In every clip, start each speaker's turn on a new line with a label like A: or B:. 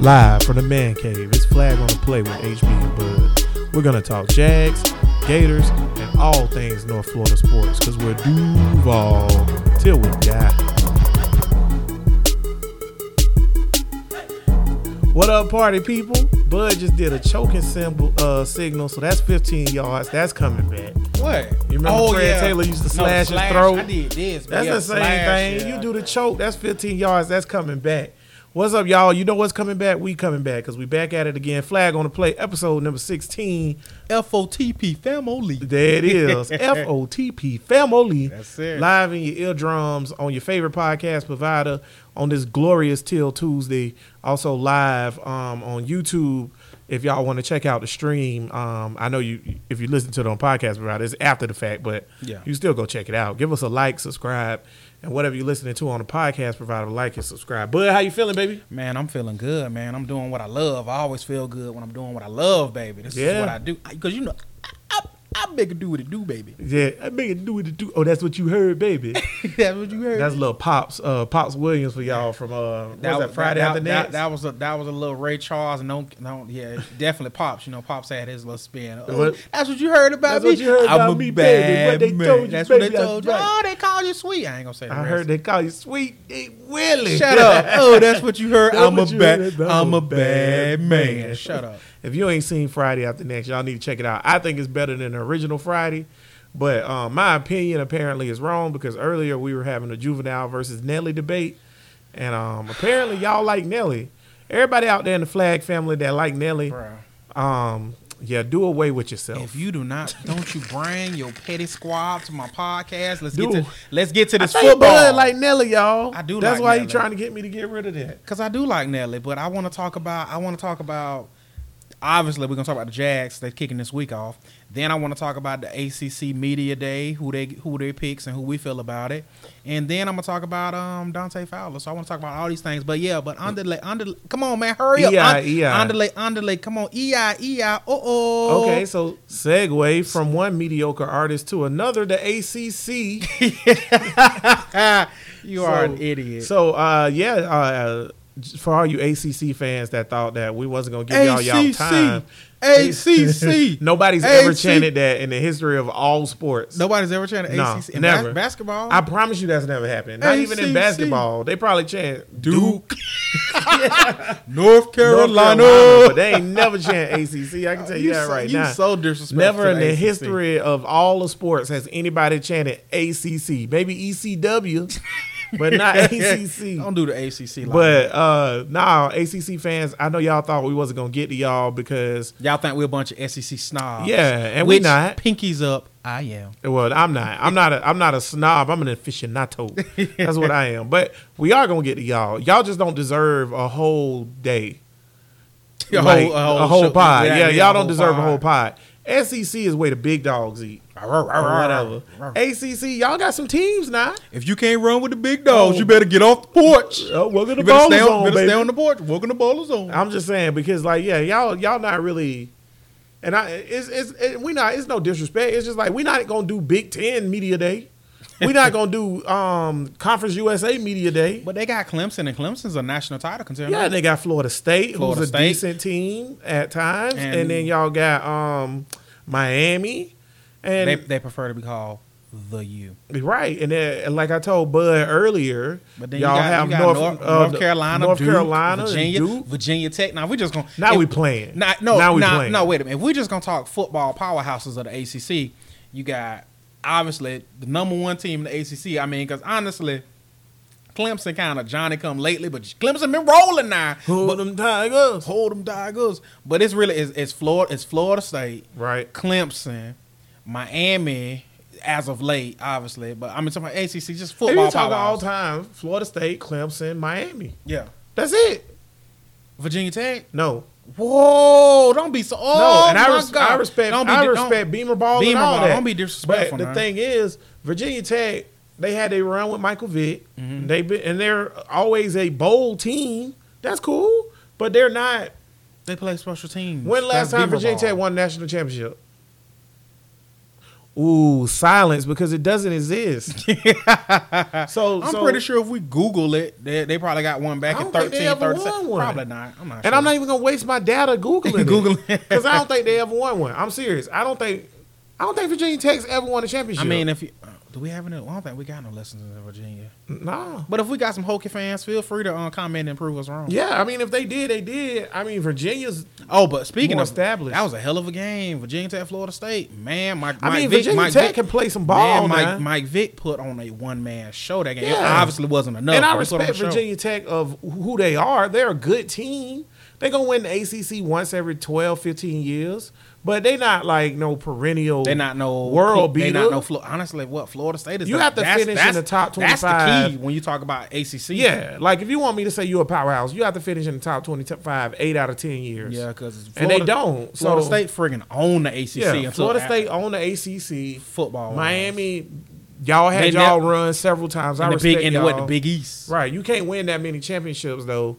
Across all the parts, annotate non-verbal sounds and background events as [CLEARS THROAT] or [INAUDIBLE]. A: Live from the man cave, it's Flag on the Play with HB and Bud. We're going to talk Jags, Gators, and all things North Florida sports because we're Duval till we die. What up, party people? Bud just did a choking symbol uh, signal, so that's 15 yards. That's coming back.
B: What? Oh,
A: You remember Fred Taylor used to slash his throat?
B: I did this. but
A: That's
B: yeah,
A: the same
B: slash,
A: thing.
B: yeah.
A: You do the choke. That's 15 yards. That's coming back. What's up, y'all? You know what's coming back? We coming back because we back at it again. Flag on the play, episode number 16.
B: FOTP family.
A: There it [LAUGHS] is. FOTP family.
B: That's it.
A: Live in your eardrums on your favorite podcast provider on this glorious Till Tuesday. Also live um, on YouTube. If y'all want to check out the stream, um, I know you. If you listen to it on podcast provider, it's after the fact, but
B: Yeah.
A: you still go check it out. Give us a like, subscribe, and whatever you're listening to on the podcast provider, like and subscribe. Bud, how you feeling, baby?
B: Man, I'm feeling good, man. I'm doing what I love. I always feel good when I'm doing what I love, baby. This
A: Yeah.
B: is what I do. Because, you know, I, I, I make a do what it do, baby. [LAUGHS]
A: Yeah, I make it do what it do. Oh, that's what you heard, [LAUGHS] baby.
B: That's what you heard.
A: That's little pops, uh, pops Williams for y'all from uh, what was that Friday
B: that,
A: after
B: that,
A: next?
B: that was a that was a little Ray Charles and don't no yeah [LAUGHS] definitely pops you know pops had his little spin. Oh,
A: What-
B: That's what you heard about
A: That's
B: me.
A: what you heard
B: I'm
A: about
B: a
A: me, baby. What
B: bad
A: they
B: man.
A: told you,
B: That's what
A: baby,
B: they told you.
A: that's
B: Oh,
A: right.
B: they called you sweet. I ain't gonna say. The
A: I
B: rest.
A: heard they call you Sweet Dick Willie.
B: Shut up. Oh, that's what you heard.
A: That's
B: I'm a
A: what you
B: bad
A: heard. I'm
B: I'm
A: a
B: a bad
A: bad man.
B: man. Shut up.
A: If you ain't seen Friday after next, y'all need to check it out. I think it's better than the original Friday, but um, my opinion apparently is wrong because earlier we were having a juvenile versus Nelly debate, and um, apparently y'all like Nelly. Everybody out there in the Flag family that like Nelly,
B: Bruh.
A: um, yeah, do away with yourself.
B: If you do not, don't you bring your petty squad to my podcast. Let's
A: Dude.
B: get to let's get to
A: I
B: this
A: think Bud
B: football.
A: like Nelly, y'all.
B: I do
A: That's
B: like
A: why
B: Nelly.
A: he trying to get me to get rid of that.
B: Cause I do like Nelly, but I want to talk about I want to talk about obviously we're gonna talk about the Jags they're kicking this week off. Then I want to talk about the ACC media day, who they who they picks and who we feel about it. And then I'm gonna talk about um Dante Fowler. So I want to talk about all these things. But yeah, but underlay underlay, come on man, hurry up.
A: EI,
B: Un-
A: EI.
B: Underlay underlay, come on ei ei oh oh.
A: Okay, so segue from one mediocre artist to another, the ACC.
B: [LAUGHS] you are
A: So-
B: an idiot.
A: So, uh, yeah, uh, j- for all you ACC fans that thought that we wasn't gonna give y'all y'all
B: ACC.
A: time, [LAUGHS]
B: ACC.
A: nobody's ever
B: ACC.
A: chanted that in the history of all sports.
B: Nobody's ever trying to
A: No,
B: ACC in
A: never.
B: bas- basketball.
A: I promise you that's never happened. Not even in
B: ACC.
A: basketball. They probably chant Duke,
B: [LAUGHS] Duke, [LAUGHS] North
A: North
B: Carolina.
A: but they ain't never chant ACC. I can tell you,
B: You
A: that
B: so-
A: right
B: you
A: now.
B: so disrespectful
A: Never
B: to
A: in
B: the
A: the
B: ACC.
A: history of all of sports has anybody chanted ACC. Maybe ECW, but [LAUGHS] not ACC.
B: Don't do the ACC. Like that.
A: But uh nah, ACC fans, I know y'all thought we wasn't gonna get to y'all because
B: y'all think we're a bunch of SEC snobs.
A: Yeah, and we
B: Which,
A: not.
B: Pinkies up. I am. [LAUGHS]
A: well, I'm not. I'm not. A, I'm not a snob. I'm an aficionado. That's what I am. But we are gonna get to y'all. Y'all just don't deserve a whole day, Like, a whole pod. Yeah, y'all don't deserve a whole pod. SEC is where the big dogs eat.
B: [LAUGHS]
A: Or whatever. ACC, y'all got some teams now.
B: If you can't run with the big dogs,
A: Oh.
B: you better get off the porch.
A: Oh, welcome to
B: You
A: bowlers
B: better, stay on,
A: on,
B: better
A: baby.
B: stay on the porch. Welcome to bowlers on.
A: [LAUGHS] I'm just saying because like yeah, y'all y'all not really, and I it's it's it, we not it's no disrespect. It's just like we not gonna do Big Ten media day. We
B: [LAUGHS]
A: not gonna do um Conference USA media day.
B: but they got Clemson, and Clemson's a national title contender.
A: Yeah, and they got Florida State,
B: Florida
A: who's a
B: State.
A: decent team at times, and,
B: And-
A: then y'all got um Miami, and
B: they, they prefer to be called the U.
A: Right, and then and like I told Bud earlier,
B: But then
A: y'all
B: you got,
A: have
B: you got
A: North,
B: North, North,
A: uh,
B: Carolina,
A: North
B: Duke,
A: Carolina, and
B: Virginia,
A: Duke.
B: Virginia Tech. Now we're just gonna
A: Now
B: if-
A: we playing.
B: Nah, no,
A: Now we
B: nah,
A: playing.
B: No, wait a minute. If we're just gonna talk football powerhouses of the ACC, you got obviously the number one team in the ACC. I mean, because honestly, Clemson kind of Johnny come lately, but Clemson been rolling now.
A: Who
B: but,
A: them Tigers?
B: hold them Tigers. But it's really it's, it's Florida it's Florida State,
A: Right.
B: Clemson, Miami. As of late, obviously, but I mean, talking about ACC, just
A: If
B: football.
A: you talk all
B: powerhouses.
A: time, Florida State, Clemson, Miami.
B: Yeah.
A: That's it.
B: Virginia Tech.
A: No,
B: Whoa! Don't be so. Oh,
A: no, and I,
B: my
A: res-
B: God.
A: I respect,
B: Don't be,
A: I
B: don't-
A: respect Beamer Ball
B: Beamer
A: and all
B: Ball.
A: that.
B: Don't be disrespectful,
A: But the
B: man.
A: thing is, Virginia Tech, they had their run with Michael Vick.
B: Mm-hmm.
A: They been, and they're always a bowl team. That's cool, but they're not.
B: They play special teams.
A: When last
B: That's
A: time
B: Beamer
A: Virginia
B: Ball.
A: Tech won a national championship? Ooh, silence because it doesn't
B: [LAUGHS]
A: exist. so
B: I'm
A: so-
B: pretty sure if we Google it, they, they probably got one back
A: I don't
B: in
A: think they
B: 13,
A: ever won
B: 37.
A: one.
B: Probably not. I'm not
A: And I'm not even gonna waste my data
B: [LAUGHS]
A: googling [LAUGHS]
B: Googling.
A: because I don't think they ever won one. I'm serious. I don't think I don't think Virginia Tech's ever won a championship.
B: I mean, if you uh, do we have any? I don't think we got no lessons in Virginia.
A: no.
B: But if we got some Hokie fans, feel free to uh, comment and prove us wrong.
A: Yeah, I mean, if they did, they did. I mean, Virginia's.
B: Oh, but speaking
A: More
B: of
A: established.
B: that was a hell of a game. Virginia Tech, Florida State. Man, Mike.
A: I
B: Mike
A: mean,
B: Vick,
A: Virginia
B: Mike
A: Tech
B: Vick-
A: can play some ball,
B: Man, Mike,
A: man.
B: Mike Vick put on a one man show that game. It
A: Yeah.
B: obviously wasn't enough.
A: and I
B: but he put on a
A: respect
B: show.
A: Virginia Tech of who they are. They're a good team. They're going to win the ACC once every 12, 15 years. But they not like no perennial.
B: They not no
A: world
B: They
A: beater.
B: not no. Flo- honestly, what Florida State is?
A: You
B: the-
A: have to
B: that's-
A: finish in
B: that's-
A: the top
B: That's the
A: 25.
B: key when you talk about ACC.
A: yeah, like if you want me to say you're a powerhouse, you have to finish in the top 25 eight out of 10 years.
B: yeah, because
A: And they don't. So,
B: Florida State friggin' own the ACC.
A: Yeah,
B: until
A: Florida
B: after
A: State own the ACC.
B: football.
A: Miami, y'all had
B: They
A: y'all
B: nev-
A: run several times. I
B: and the
A: respect
B: big and
A: y'all.
B: what the Big East.
A: Right, you can't win that many championships though,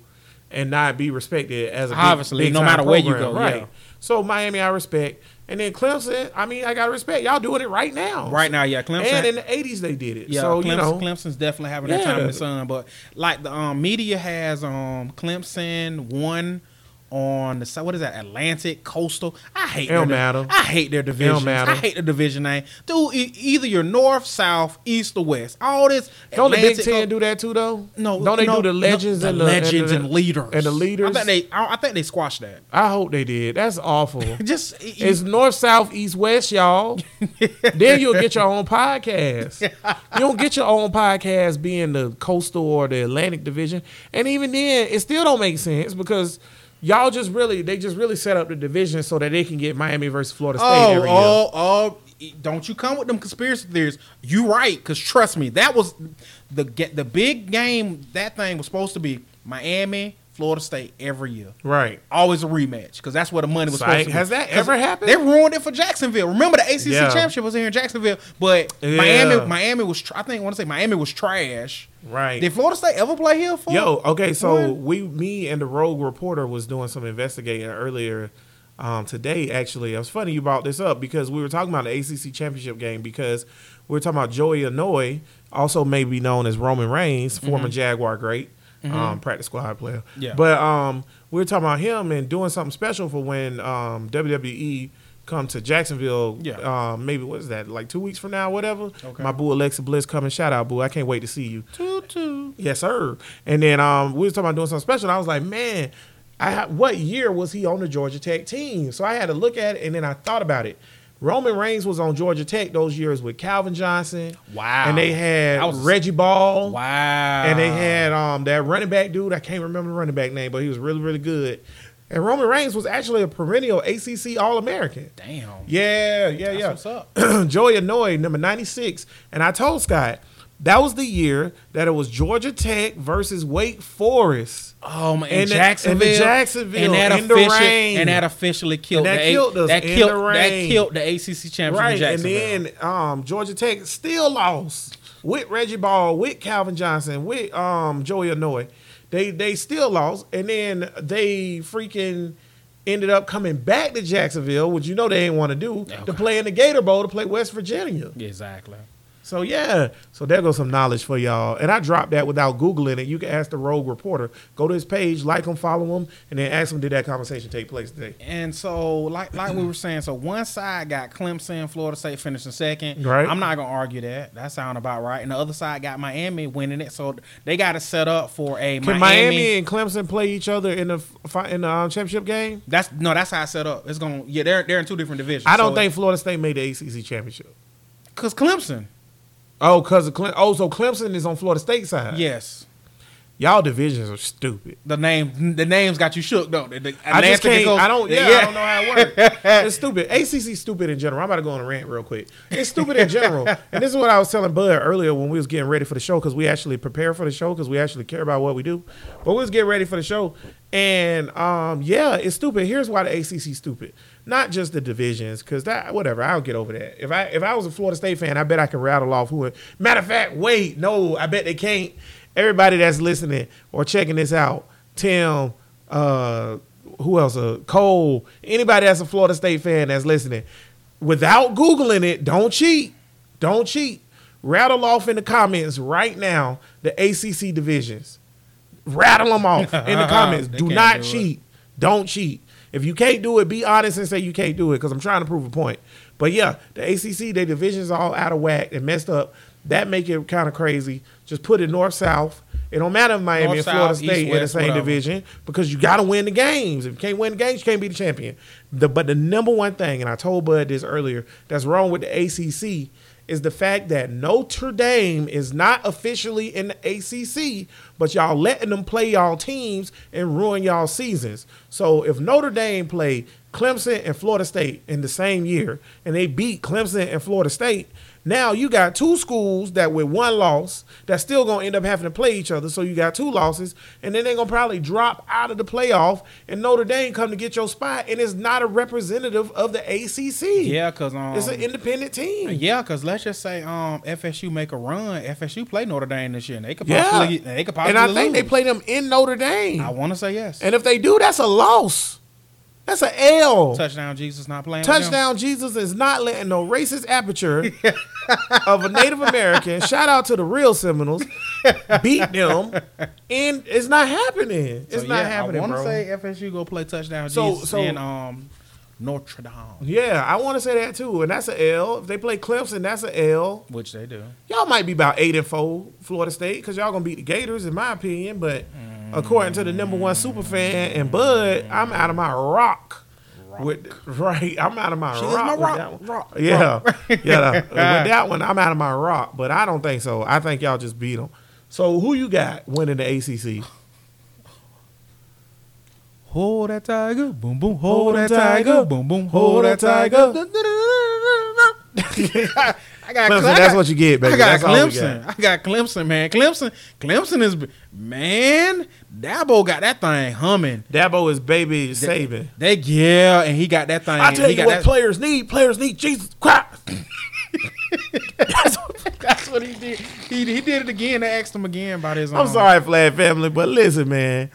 A: and not be respected as a big-
B: Obviously, no
A: big-time
B: matter where you
A: program,
B: go,
A: Right.
B: yeah.
A: So Miami, I respect, and then Clemson. I mean, I got to respect y'all doing it right now.
B: Right now, yeah, Clemson.
A: And in the '80s, they did it.
B: Yeah,
A: so
B: Clemson,
A: you know,
B: Clemson's definitely having their time in
A: Yeah.
B: the sun. But like the um, media has um, Clemson one on the si- what is that Atlantic Coastal? I hate
A: It don't
B: their,
A: matter.
B: I hate their divisions.
A: matter.
B: I hate the division name. Dude, e- either you're north, south, east, or west. All this
A: don't the Big
B: Atlantic
A: Ten
B: Co-
A: do that too though?
B: No,
A: don't they
B: no,
A: do the
B: no,
A: legends and the
B: legends
A: the-
B: and leaders
A: and the leaders?
B: I think they I, I think they squashed that.
A: I hope they did. That's
B: [LAUGHS]
A: awful.
B: Just e- e-
A: It's north, south, east, west,
B: [LAUGHS]
A: y'all. then you'll get your own podcast. You don't get your own podcast being the coastal or the Atlantic division. And even then, it still don't make sense because y'all just really they just really set up the division so that they can get Miami versus Florida State
B: oh,
A: every year.
B: oh, oh, e- Don't you come with them conspiracy theories? You right, because trust me, that was the get the big game. That thing was supposed to be Miami, Florida State every year.
A: Right.
B: Always a rematch because that's where the money was
A: Psych.
B: supposed to be.
A: Has that
B: 'Cause
A: ever happened?
B: They ruined it for Jacksonville. Remember the ACC
A: Yeah.
B: championship was here in Jacksonville, but
A: Yeah.
B: Miami, Miami was. Tr- I think I want to say Miami was trash.
A: Right.
B: Did Florida State ever play here? For
A: Yo, okay, so
B: What?
A: we, me, and the rogue reporter was doing some investigating earlier um, today. Actually, it's funny you brought this up because we were talking about the ACC championship game because we were talking about Joey Anoy, also maybe known as Roman Reigns, former Jaguar great, um, practice squad player.
B: Mm-hmm. Yeah.
A: but um, we were talking about him and doing something special for when um, WWE come to Jacksonville.
B: Yeah.
A: um, maybe what is that? Like two weeks from now, whatever.
B: Okay.
A: My boo Alexa Bliss coming. Shout out, boo! I can't wait to see you.
B: Toot, toot.
A: Yes, sir. And then um, we was talking about doing something special. And I was like, man, I ha- what year was he on the Georgia Tech team? So I had to look at it, and then I thought about it. Roman Reigns was on Georgia Tech those years with Calvin Johnson.
B: Wow.
A: And they had
B: That was-
A: Reggie Ball.
B: Wow.
A: And they had um, that running back dude. I can't remember the running back name, but he was really, really good. And Roman Reigns was actually a perennial ACC All American.
B: damn.
A: Yeah, yeah,
B: That's
A: yeah.
B: what's
A: [CLEARS THROAT]
B: up.
A: Joey Annoy, number 96. And I told Scott, that was the year that it was Georgia Tech versus Wake Forest.
B: Oh my!
A: And
B: And,
A: the-
B: Jacksonville,
A: and the Jacksonville,
B: and that
A: in the
B: officially,
A: rain.
B: and that officially killed
A: And that
B: the A-
A: killed us
B: that
A: in
B: killed
A: the
B: that
A: rain.
B: killed the ACC champion
A: Right. And
B: Jacksonville.
A: then um, Georgia Tech still lost with Reggie Ball, with Calvin Johnson, with um, Joey Annoy. They they still lost. And then they freaking ended up coming back to Jacksonville, which you know they didn't want to do, to
B: Okay.
A: play in the Gator Bowl to play West Virginia.
B: exactly.
A: So yeah, so there goes some knowledge for y'all. And I dropped that without googling it. You can ask the rogue reporter. Go to his page, like him, follow him, and then ask him did that conversation take place today.
B: And so, like like we were saying, so one side got Clemson, Florida State finishing second.
A: Right.
B: I'm not gonna argue that. That sound about right. And the other side got Miami winning it. So they got it set up for a
A: Can
B: Miami.
A: Miami, and Clemson play each other in the fi- in the um, championship game?
B: That's no. That's how I set up. It's gonna yeah. They're they're in two different divisions.
A: I don't
B: So-
A: think Florida State made the ACC championship.
B: cause Clemson.
A: Oh, cause of Cle- oh, so Clemson is on Florida State side.
B: Yes.
A: y'all divisions are stupid.
B: The name the names got you shook though. The, the
A: I just
B: Atlantic
A: can't.
B: goes-
A: I don't. Yeah, I don't know how it
B: [LAUGHS]
A: works. [LAUGHS] it's stupid. ACC stupid in general. I'm about to go on a rant real quick. It's stupid in general, and this is what I was telling Bud earlier when we was getting ready for the show because we actually prepare for the show because we actually care about what we do. But we was getting ready for the show, and um, yeah, it's stupid. Here's why the ACC stupid. Not just the divisions, because that whatever. I'll get over that. If I if I was a Florida State fan, I bet I could rattle off who. it- Matter of fact, wait, no, I bet they can't. Everybody that's listening or checking this out, Tim uh who else? Uh, Cole. Anybody that's a Florida State fan that's listening, without Googling it, don't cheat. Don't cheat. Rattle off in the comments right now the ACC divisions. Rattle them
B: [LAUGHS]
A: off in the comments.
B: They
A: do
B: can't
A: not
B: do it.
A: cheat. Don't cheat. If you can't do it, be honest and say you can't do it because I'm trying to prove a point. But yeah, the ACC, their divisions are all out of whack and messed up. That make it kind of crazy. Just put it north south. It don't matter if Miami
B: North,
A: and Florida
B: south, east,
A: State in the
B: west,
A: same
B: whatever.
A: division division because you got to win the games. If you can't win the games, you can't be the champion. The, but the number one thing, and I told Bud this earlier, that's wrong with the ACC is the fact that Notre Dame is not officially in the ACC, but y'all letting them play y'all teams and ruin y'all seasons. So if Notre Dame played Clemson and Florida State in the same year, and they beat Clemson and Florida State. Now you got two schools that with one loss that's still gonna end up having to play each other. So you got two losses, and then they're gonna probably drop out of the playoff, and Notre Dame come to get your spot, and it's not a representative of the ACC.
B: Yeah, because um,
A: it's an independent team.
B: Yeah, because let's just say um FSU make a run. FSU play Notre Dame this year, and they could
A: Yeah,
B: possibly they could possibly
A: and I think
B: lose.
A: they play them in Notre Dame.
B: I want to say yes.
A: and if they do, that's a loss. That's an L.
B: touchdown, Jesus not playing. with them.
A: Touchdown Jesus is not letting no racist aperture of a Native
B: [LAUGHS]
A: American, shout out to the real Seminoles, beat them. And it's not happening. It's
B: So,
A: not
B: yeah,
A: happening,
B: I want
A: bro.
B: to say FSU go play touchdown,
A: So-
B: Jesus
A: so-
B: in um Notre Dame,
A: yeah, I want to say that too. And that's an L. If they play Clemson, that's an L.
B: which they do.
A: Y'all might be about 8 and 4, Florida State, because y'all going to beat the Gators, in my opinion. But according to the number one super fan and Bud, I'm out of my rock. With, [LAUGHS] right, I'm out of my
B: She is
A: rock.
B: my
A: with
B: rock,
A: that one.
B: rock,
A: yeah, [LAUGHS] yeah. uh,
B: [LAUGHS]
A: With that one, I'm out of my rock, but I don't think so. I think y'all just beat them. So who you got winning the ACC?
B: Hold that tiger, boom boom.
A: Hold
B: Hold that
A: that tiger,
B: tiger, boom boom. Hold that tiger.
A: [LAUGHS]
B: [LAUGHS] I got
A: Clemson,
B: I got-
A: that's what you get, baby.
B: I got
A: That's all we
B: Clemson. I got Clemson, man. Clemson, Clemson is man. Dabo got that thing humming.
A: [LAUGHS] Dabo is baby Saban.
B: They yeah, and he got that thing.
A: I tell
B: he
A: you
B: got
A: what,
B: that-
A: players need. Players need Jesus
B: [LAUGHS]
A: Christ. [LAUGHS] That's what-
B: That's what he did. He, he did it again. They asked him again about his.
A: I'm
B: um,
A: sorry, Flag Family, but listen, man.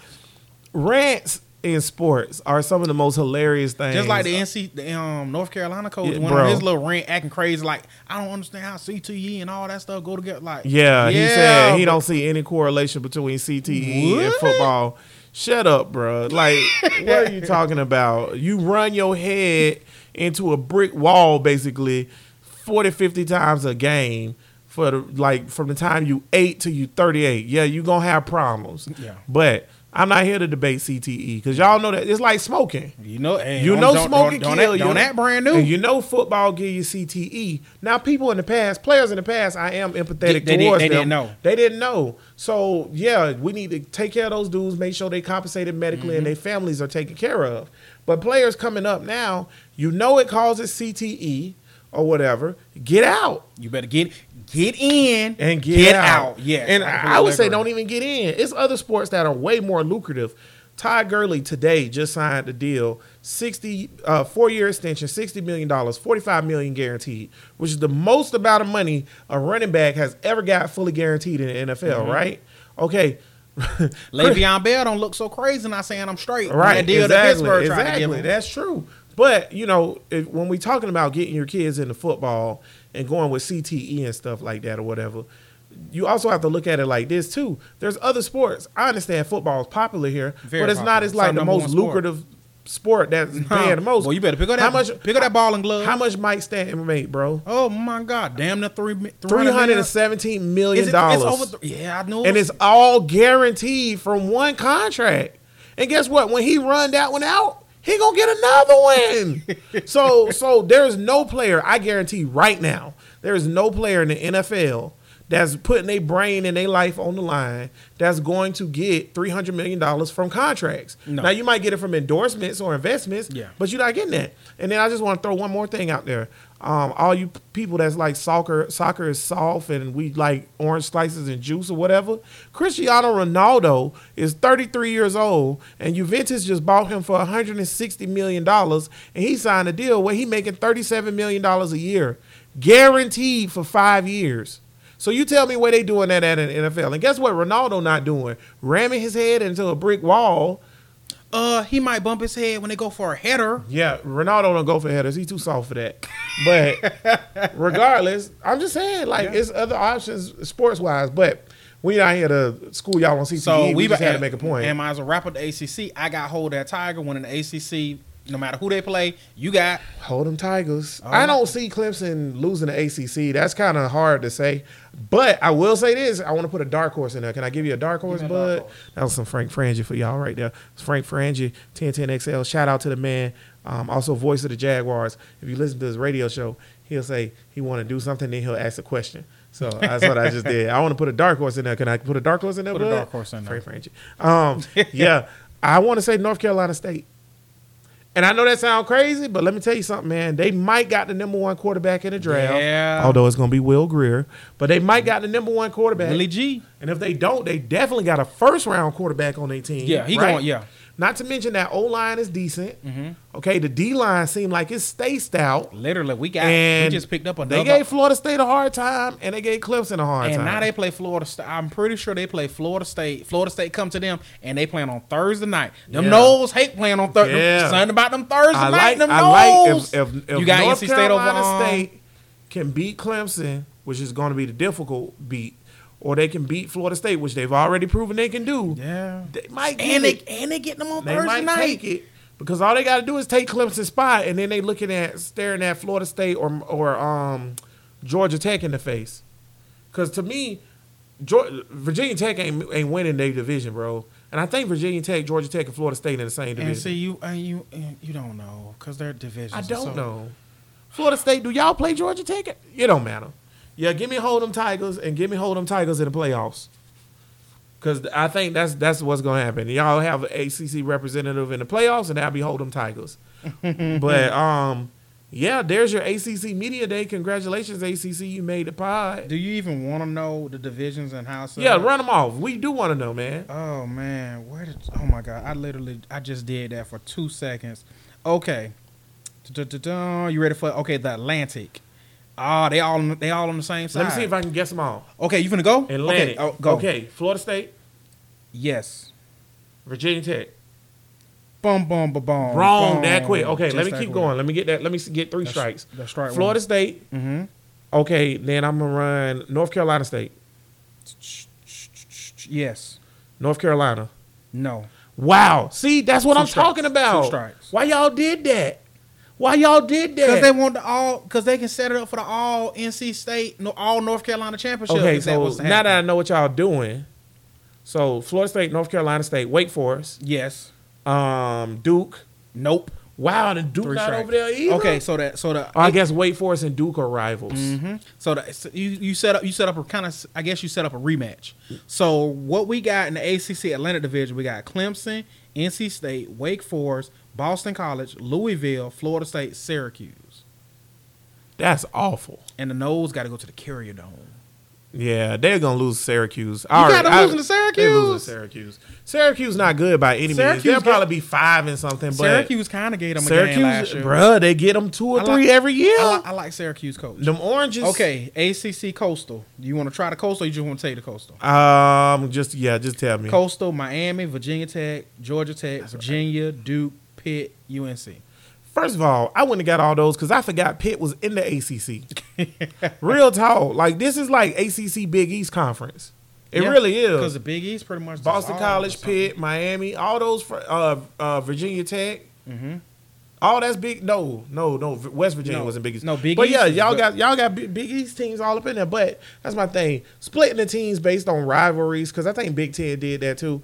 A: Rants in sports are some of the most hilarious things.
B: Just like the NC, the, um, North Carolina coach
A: Yeah,
B: went
A: bro.
B: on his little rant, acting crazy, like I don't understand how CTE and all that stuff go together. Like,
A: Yeah, he said he
B: but-
A: don't see any correlation between CTE and
B: What?
A: football. Shut up, bro. Like,
B: [LAUGHS]
A: what are you talking about? You run your head into a brick wall basically 40, 50 times a game for the, like from the time you 8 till you 38. Yeah, you going to have problems.
B: Yeah.
A: But I'm not here to debate CTE cuz y'all know that it's like smoking.
B: You know, hey,
A: You
B: don't-
A: know,
B: don't-
A: smoking
B: don't, don't,
A: kill
B: that,
A: you.
B: don't act brand new.
A: And you know, football give you CTE. Now, people in the past, players in the past, I am empathetic
B: They- they
A: towards
B: didn't- they
A: them.
B: didn't know.
A: They didn't know. So yeah, we need to take care of those dudes. Make sure they compensated medically
B: Mm-hmm.
A: and their families are taken care of. But players coming up now, you know, it causes CTE or whatever. Get out
B: You better get get in
A: and get, out.
B: Yes,
A: and
B: completely
A: I, I would say
B: agree.
A: don't even get in. It's other sports that are way more lucrative. Ty Gurley today just signed a deal, 60 uh, four-year extension, $60 million, $45 million guaranteed, which is the most amount of money a running back has ever got fully guaranteed in the NFL, right? Okay.
B: Le'Veon Bell don't look so crazy. Not saying I'm straight. When
A: Right.
B: that deal
A: exactly.
B: to Pittsburgh tried to
A: exactly.
B: give him.
A: That's true. But you know, if, when we talking about getting your kids into football and going with CTE and stuff like that or whatever, you also have to look at it like this too. There's other sports. I understand football is popular here,
B: Very
A: but it's
B: popular.
A: not as
B: It's
A: like
B: our
A: the
B: number
A: most
B: one sport.
A: lucrative sport that's paying the most.
B: Well, you better pick up that
A: how much
B: pick up that ball and glove.
A: how much Mike Stanton made, bro?
B: oh my God, damn the three
A: Three hundred and
B: and
A: seventeen million dollars
B: yeah, I know.
A: and it's all guaranteed from one contract. And guess what? When he run that one out, he gonna get another one. so so there's no player I guarantee right now. There is no player in the NFL that's putting their brain and their life on the line that's going to get three hundred million dollars from contracts.
B: No.
A: Now you might get it from endorsements or investments,
B: Yeah.
A: but you're not getting that. And then I just want to throw one more thing out there. Um, all you p- people that's like soccer, soccer is soft, and we like orange slices and juice or whatever. Cristiano Ronaldo is 33 years old, and Juventus just bought him for 160 million dollars, and he signed a deal where he making 37 million dollars a year, guaranteed for five years. So you tell me where they doing that at in the NFL? And guess what? Ronaldo not doing ramming his head into a brick wall
B: Uh, he might bump his head when they go for a header.
A: Yeah, Ronaldo don't go for headers. He's too soft for that.
B: [LAUGHS]
A: But regardless, I'm just saying, like,
B: Yeah.
A: it's other options sports wise. But we not here to school y'all on CTE.
B: So
A: we,
B: we
A: just had to
B: and-
A: make a point.
B: And might as well wrap up the ACC. I got hold of that Tiger winning the ACC. No matter who they play, you got
A: Hold them Tigers.
B: All
A: I
B: right.
A: don't see Clemson losing the ACC. That's kind of hard to say. But I will say this. I want to put a dark horse in there. Can I give you a dark horse,
B: me a
A: bud?
B: dark horse.
A: That was some Frank Frangie for y'all right there. It's Frank Frangie, 1010XL. Shout out to the man. Um, also, voice of the Jaguars. If you listen to his radio show, he'll say he want to do something, then he'll ask a question.
B: [LAUGHS]
A: So that's what I just did. I want to put a dark horse in there. Can I put a dark horse in there?
B: Put a
A: bud?
B: dark horse in there.
A: Frank Frangie. Um,
B: [LAUGHS]
A: yeah, I want to say North Carolina State. And I know that sounds crazy, but let me tell you something, man. They might got the number one quarterback in the draft.
B: Yeah.
A: Although it's gonna be Will Greer. But they might got the number one quarterback.
B: Billy G.
A: And if they don't, they definitely got a first round quarterback on their team.
B: Yeah, he
A: right?
B: going- yeah. Mm-hmm.
A: Not to mention that O line is decent. Okay, the D line seemed like it's stay stout.
B: Literally, we got.
A: And
B: we Ah, just picked up
A: They
B: another.
A: gave Florida State a hard time and they gave Clemson a hard
B: and
A: time.
B: now they play Florida State. I'm pretty sure they play Florida State. Florida State come to them, and they playing on Thursday night. Them
A: Yeah.
B: Knowles hate playing on Thursday.
A: Yeah.
B: Something about them Thursday
A: I like.
B: night. them
A: I like.
B: Knowles.
A: If, if, if
B: you got
A: North
B: NC State over
A: Carolina
B: on.
A: State can beat Clemson, which is going to be the difficult beat, or they can beat Florida State, which they've already proven they can do.
B: Yeah.
A: they might get
B: and they
A: it.
B: and they get them on
A: They
B: Thursday
A: might
B: night.
A: take it because all they got to do is take Clemson's spot, and then they looking at staring at Florida State or or um, Georgia Tech in the face. Because to me, Geor Virginia Tech ain't ain't winning their division, bro. And I think Virginia Tech, Georgia Tech, and Florida State in the same division.
B: And see you and you and you don't know because they're divisions.
A: I
B: are
A: don't
B: so-
A: know. Florida State, do y'all play Georgia Tech? It don't matter. Yeah, give me Hold'em Tigers and give me Hold'em Tigers in the playoffs. Cause I think that's that's what's gonna happen. Y'all have an ACC representative in the playoffs, and that'll be Hold'em Tigers.
B: [LAUGHS]
A: but um, yeah, there's your ACC media day. Congratulations, ACC, you made the pod.
B: Do you even want to know the divisions and how? it's set
A: Yeah,
B: up?
A: run them off. We do want to know, man.
B: Oh man, where did? Oh my god, I literally I just did that for two seconds. Okay, Da-da-da-da. you ready for? Okay, the Atlantic. Ah, they all they all on the same side.
A: Let me see if I can guess them all.
B: Okay, you finna go?
A: Atlantic.
B: Okay, oh, go.
A: okay, Florida State,
B: Yes.
A: Virginia Tech.
B: Bum bum ba bum.
A: wrong
B: bum.
A: that quick. Okay, let
B: Just
A: me
B: that
A: keep
B: quick.
A: going. Let me get that. Let me s- get three
B: That's-
A: strikes.
B: that's strike one.
A: Florida State.
B: Mhm.
A: Okay, then I'm gonna run North Carolina State,
B: Yes.
A: North Carolina.
B: No.
A: Wow. See, that's what
B: Two
A: I'm
B: strikes.
A: talking about.
B: Two strikes.
A: Why y'all did that? Why y'all did
B: Because
A: that?
B: they want the all. Because they can set it up for the all NC State, no, all North Carolina championship.
A: okay,
B: if that
A: so
B: was to
A: now that I
B: happen.
A: know what y'all doing, so Florida State, North Carolina State, Wake Forest,
B: Yes.
A: um, Duke.
B: Nope.
A: Wow, and Duke
B: Three
A: not
B: strikes.
A: over there either.
B: Okay, so that so the
A: Oh, I guess Wake Forest and Duke are rivals.
B: Mhm. So, the, so you you set up you set up a kind of I guess you set up a rematch. So what we got in the ACC Atlanta division, we got Clemson, NC State, Wake Forest, Boston College, Louisville, Florida State, Syracuse,
A: That's awful.
B: and the Knowles got to go to the Carrier Dome.
A: Yeah, they're gonna lose Syracuse. You
B: got them losing to Syracuse?
A: They're losing to Syracuse. Syracuse not good by any means.
B: Syracuse
A: They'll
B: get-
A: probably be five and something. But
B: Syracuse kind of gave them a game last
A: Syracuse,
B: year.
A: bruh, they get them two or
B: I like-
A: three every year.
B: I, li- I like Syracuse coach.
A: them oranges.
B: Okay, ACC Coastal. You want to try the Coastal? or You just want to take the Coastal?
A: Um. Just yeah. Just tell me.
B: Coastal, Miami, Virginia Tech, Georgia Tech, Virginia, Duke, Pitt, [LAUGHS] UNC.
A: First of all, I wouldn't have got all those because I forgot Pitt was in the ACC. Real tall. Like this is like ACC Big East conference. It really is.
B: because the Big East pretty much just
A: Boston
B: all
A: College,
B: over something.
A: Pitt, Miami, all those, fr- uh, uh, Virginia Tech. All that's big. No, no, no. V- West Virginia
B: Mm-hmm. No.
A: wasn't Big East.
B: No, Big
A: But
B: East
A: yeah,
B: is
A: y'all
B: good.
A: got y'all got big, big East teams all up in there. But that's my thing. Splitting the teams based on rivalries because I think Big Ten did that too.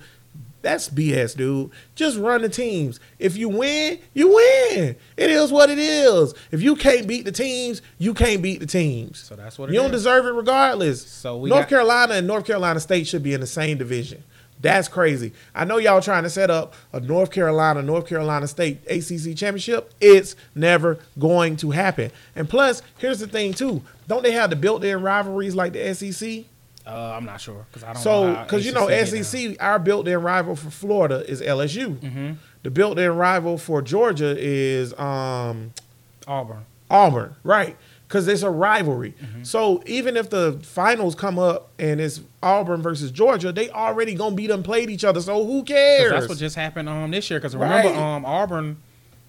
A: That's BS, dude. Just run the teams. If you win, you win. It is what it is. If you can't beat the teams, you can't beat the teams.
B: So that's what it
A: you don't
B: is.
A: deserve it, regardless.
B: So we
A: North
B: got-
A: Carolina and North Carolina State should be in the same division. That's crazy. I know y'all trying to set up a North Carolina, North Carolina State ACC championship. It's never going to happen. And plus, here's the thing too. Don't they have the built-in rivalries like the SEC?
B: Uh, I'm not sure because I don't.
A: So,
B: know how
A: because you know, E
B: did that.
A: SEC, our built-in rival for Florida is LSU.
B: Mm-hmm.
A: The built-in rival for Georgia is um,
B: Auburn.
A: Auburn, right? because it's a rivalry.
B: Mm-hmm.
A: So even if the finals come up and it's Auburn versus Georgia, they already gonna beat them played each other. So who cares?
B: That's what just happened um this year. Because remember,
A: Right.
B: um Auburn.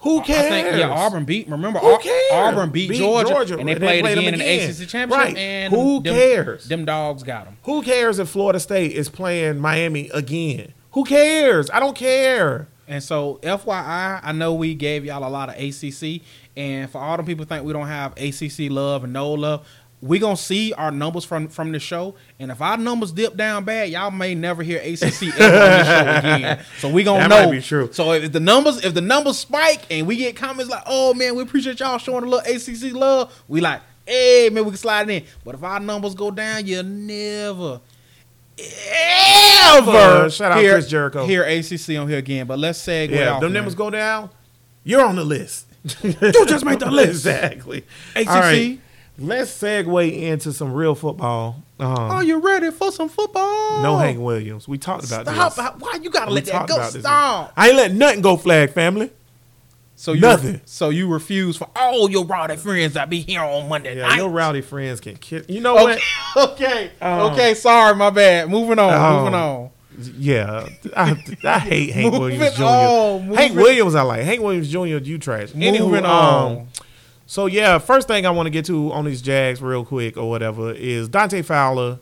A: who cares?
B: I think yeah, Auburn beat. Remember,
A: Who
B: Au-
A: cares?
B: Auburn beat,
A: Beat
B: Georgia,
A: Georgia,
B: and they,
A: and they
B: played,
A: played 'em
B: again,
A: again.
B: in the ACC championship.
A: Right.
B: And
A: Who
B: them-
A: cares?
B: Them dogs got them.
A: Who cares if Florida State is playing Miami again? Who cares? I don't care.
B: And so, FYI, I know we gave y'all a lot of ACC, and for all the people think we don't have ACC love and no love, we gonna see our numbers from from the show. And if our numbers dip down bad, y'all may never hear ACC ever on the show
A: [LAUGHS]
B: again. So we gonna
A: That
B: know.
A: might be true.
B: So if the numbers if the numbers spike and we get comments like, "Oh man, we appreciate y'all showing a little ACC love," we like, "Hey, man, we can slide it in." But if our numbers go down, you never. Ever
A: Shout out
B: hear-
A: Chris Jericho.
B: Hear ACC on here again, but let's segue.
A: Yeah,
B: off,
A: them
B: man.
A: numbers go down. You're on the
B: [LAUGHS]
A: list. you just made the list. Exactly.
B: ACC.
A: All right, let's segue into some real football. Um,
B: Are you ready for some football?
A: no Hank Williams. We talked about
B: Oh, Stop!
A: this.
B: Why you gotta
A: We
B: let that
A: talked
B: go?
A: about this.
B: Stop!
A: I ain't letting nothing go, flag family.
B: So you
A: Nothing.
B: So you refuse for all your rowdy friends that be here on Monday
A: Yeah,
B: night.
A: your rowdy friends can kiss. You know
B: okay,
A: what?
B: [LAUGHS] okay,
A: Um,
B: okay. Sorry, my bad. Moving on.
A: Oh.
B: moving on.
A: Yeah, I, I hate Hank
B: [LAUGHS] Moving
A: Williams Jr.
B: on,
A: Hank
B: moving-
A: Williams, I like Hank Williams Jr. You trash.
B: Moving
A: Anywho,
B: on.
A: um, so yeah, first thing I want to get to on these Jags real quick or whatever is Dante Fowler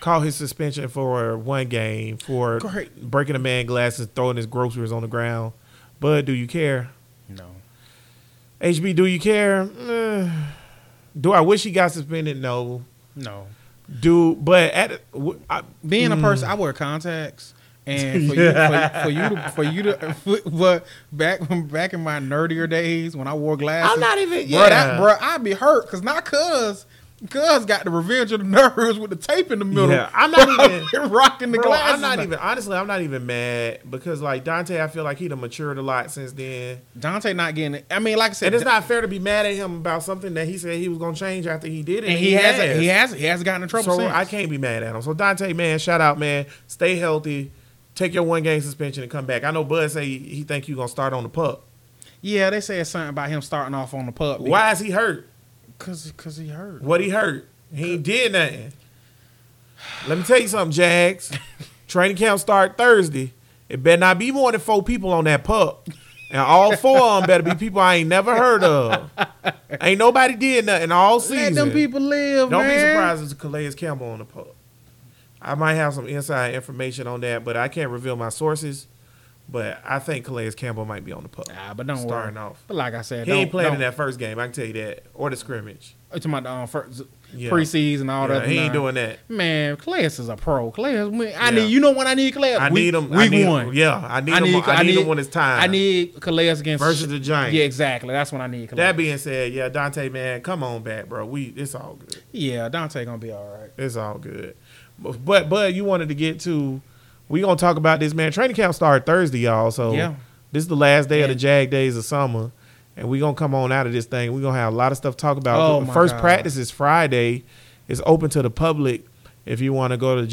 A: caught his suspension for one game for
B: Great.
A: breaking a man glass and throwing his groceries on the ground. But do you care?
B: no.
A: HB, do you care? Eh. Do I wish he got suspended? No.
B: No.
A: Do but at w- I,
B: Being a
A: Mm.
B: person, I wear contacts.
A: [LAUGHS]
B: And for, you, for, for you to, for you to, [LAUGHS] but back back in my nerdier days when I wore glasses,
A: I'm not even-
B: Bruh, that-
A: yeah.
B: bruh, I'd be hurt because not cuz, cuz got the revenge of the [LAUGHS] nerds with the tape in the middle.
A: Yeah,
B: [LAUGHS]
A: I'm not
B: Bruh,
A: even-
B: been rocking the
A: Bro,
B: glasses.
A: I'm not
B: now.
A: even honestly. I'm not even mad because like Dante, I feel like he done matured a lot since then,
B: Dante not getting it. I mean, like I said,
A: and it's not fair to be mad at him about something that he said he was gonna change after he did it.
B: and he, hasn't, he hasn't, he hasn't gotten in trouble
A: So
B: since.
A: I can't be mad at him. So Dante, man, shout out, man. Stay healthy. Take your one game suspension and come back. I know Bud say he, he think you gonna start on the pup.
B: yeah, they said something about him starting off on the pub.
A: Why is he hurt?
B: Because because he hurt.
A: What he hurt? He ain't did nothing. Let me tell you something,
B: [LAUGHS]
A: Jags. Training camp start Thursday. It better not be more than four people on that pup. And all four of them better be people I ain't never heard of. Ain't nobody did nothing all
B: Let
A: season.
B: them people live,
A: Don't
B: man.
A: be surprised if it's Calais Campbell on the pup. I might have some inside information on that, but I can't reveal my sources. But I think Calais Campbell might be on the pup.
B: Nah, but don't
A: starting
B: worry.
A: off.
B: But like I said,
A: He
B: Ah, don't,
A: ain't playing
B: don't,
A: in that first game. I can tell you that, or the scrimmage.
B: It's about the um, first
A: Yeah.
B: preseason all
A: Yeah,
B: that.
A: he ain't
B: nah.
A: doing that.
B: Man, Class is a pro. Class, we- I
A: Yeah.
B: need you know when I need Class.
A: I
B: week,
A: need him.
B: Week
A: I need
B: one.
A: Him. Yeah, I need him. I need him when it's time.
B: I need Calais against
A: Versus the Giants.
B: Yeah, exactly. That's when I need Calais.
A: That being said, yeah, Dante, man, come on back, bro. We it's all good.
B: yeah, Dante gonna be all right.
A: It's all good. But but, but you wanted to get to. We gonna talk about this, man. Training camp started Thursday, y'all. So
B: Yeah.
A: this is the last day of the
B: Yeah.
A: Jag days of summer, and we gonna come on out of this thing. We gonna have a lot of stuff to talk about.
B: Oh, my
A: First
B: God.
A: practice is Friday. It's open to the public. If you want to go to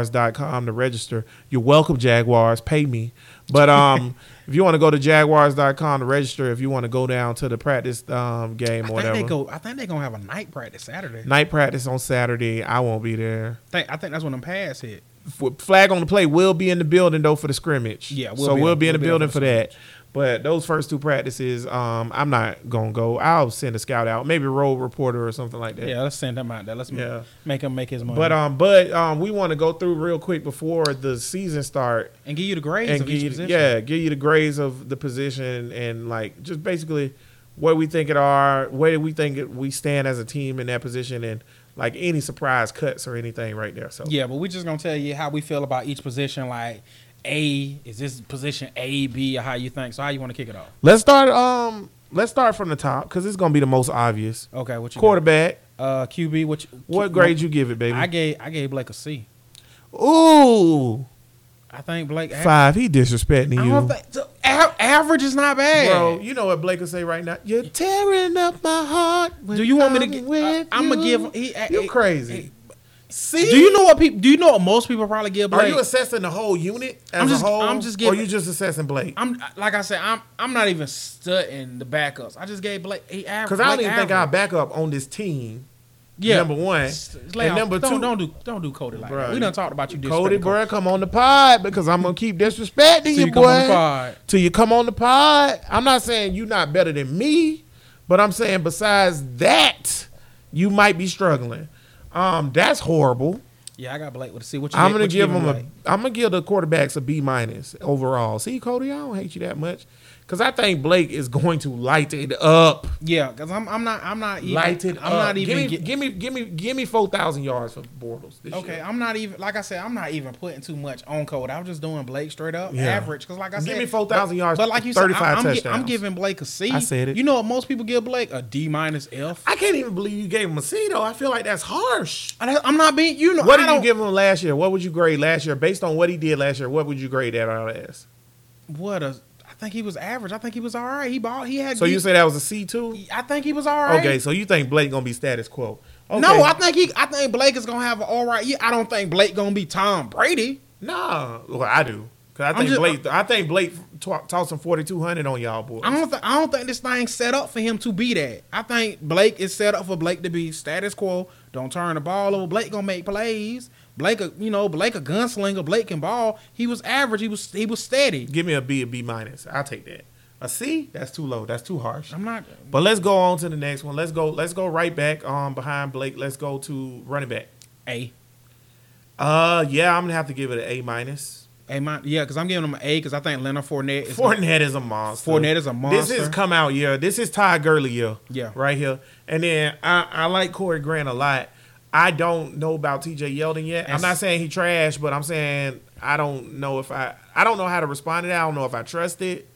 A: jaguars.com to register, you're welcome, Jaguars. Pay me. But
B: [LAUGHS]
A: um, if you want to go to jaguars.com to register, if you want to go down to the practice um, game
B: I
A: or
B: think
A: whatever,
B: they go. I think they gonna have a night practice Saturday.
A: night practice on Saturday, I won't be there.
B: think, I think that's when them pads hit.
A: F- flag on the play will be in the building though for the scrimmage.
B: Yeah, we'll
A: so
B: be
A: we'll
B: in-
A: be in the
B: we'll be in
A: building
B: for
A: for
B: the
A: that. But those first two practices, um, I'm not gonna go. I'll send a scout out, maybe a road reporter or something like that.
B: Yeah, let's send him out there. Let's
A: Yeah.
B: make, make him make his money.
A: But um, but um, we want to go through real quick before the season start
B: and give you the grades
A: and
B: of each
A: give you,
B: position.
A: yeah, give you the grades of the position and like just basically where we think it are, where we think it, we stand as a team in that position, and like any surprise cuts or anything right there. So
B: Yeah, but we're just gonna tell you how we feel about each position. Like A, is this position A, B, or how you think? So how you want to kick it off?
A: Let's start. Um, let's start from the top because it's gonna be the most obvious.
B: Okay, what you
A: Quarterback.
B: got? Uh, QB. What? You,
A: What grade you give it, baby?
B: I gave I gave Blake a C.
A: Ooh,
B: I think Blake. Five.
A: five. He disrespecting
B: I
A: you,
B: don't think, so, a- average is not bad.
A: bro. You know what Blake will say right now? You're tearing up my heart. when
B: Do you want me to?
A: I'm
B: gi-
A: with
B: I, am gonna
A: you.
B: give. He,
A: you
B: he-
A: crazy.
B: he-
A: See,
B: Do you know what people? Do you know what most people probably give
A: Are
B: Blake?
A: you assessing the whole unit as
B: I'm just-
A: a whole?
B: I'm just
A: Or
B: giving-
A: you just assessing Blake?
B: I'm like I said, I'm I'm not even studying the backups. I just gave Blake he average.
A: Because I don't even think I'll back up on this team. number one. And number
B: don't,
A: two-
B: don't do don't do Cody like
A: Bruh,
B: that. We done talked about you,
A: Cody,
B: disrespecting
A: bruh, come on the pod because I'm gonna keep disrespecting
B: Till
A: you,
B: you
A: boy.
B: come on the pod.
A: Till you come on the pod. I'm not saying you not better than me, but I'm saying besides that, you might be struggling. Um, that's horrible.
B: Yeah, I got Blake with a C. What you?
A: I'm
B: get-
A: gonna
B: what you
A: give them a.
B: Blake?
A: I'm gonna give the quarterbacks a B minus overall. See, Cody, I don't hate you that much because I think Blake is going to light it up.
B: Yeah, because I'm I'm not I'm not even
A: Light it
B: I'm
A: up.
B: not even
A: give me,
B: get-
A: give me, give me, give me four thousand yards for Bortles. This
B: okay.
A: year.
B: I'm not even like I said. I'm not even putting too much on Cody. I'm just doing Blake straight up
A: Yeah.
B: average. Because like I
A: Give
B: said,
A: me 4,000
B: but-
A: yards,
B: But like you
A: 35
B: said, I- I'm, gi- I'm
A: touchdowns.
B: giving Blake a C.
A: I said it.
B: You know what most people give Blake a D minus F.
A: I can't even believe you gave him a C though. I feel like that's harsh.
B: I, am not being you know.
A: What did
B: I
A: you
B: don't-
A: give him last year? What would you grade last year based on what he did last year? What would you grade that out as?
B: What a. I think he was average. I think he was all right. He bought. He had.
A: So you
B: he-
A: say that was a C two?
B: I think he was all right.
A: Okay, so you think Blake gonna be status quo? Okay.
B: No, I think he. I think Blake is gonna have an all right year. I don't think Blake gonna be Tom Brady.
A: nah. Well, I do. Cause I think
B: just- uh,
A: Blake, I think Blake t- tossing forty two hundred on y'all boys.
B: I don't. Th- I don't think this thing's set up for him to be that. I think Blake is set up for Blake to be status quo. Don't turn the ball over. Blake gonna make plays. Blake, a, you know, Blake a gunslinger. Blake can ball. He was average. He was. He was steady.
A: Give me a B, a B minus. I'll take that. A C? That's too low. That's too harsh.
B: I'm not.
A: But let's go on to the next one. Let's go. Let's go right back um behind Blake. Let's go to running back.
B: A.
A: Uh, yeah, I'm gonna have to give it an A minus.
B: A minus. Yeah, because I'm giving him an A because I think Leonard Fournette is.
A: Fournette is a monster.
B: Fournette is a monster.
A: This is come out year. This is Ty Gurley year.
B: Yeah.
A: right here. And then I, I like Corey Grant a lot. I don't know about T.J. Yeldon yet. I'm
B: And-
A: not saying he trash, but I'm saying I don't know if I I don't know how to respond to that. I don't know if I trust it.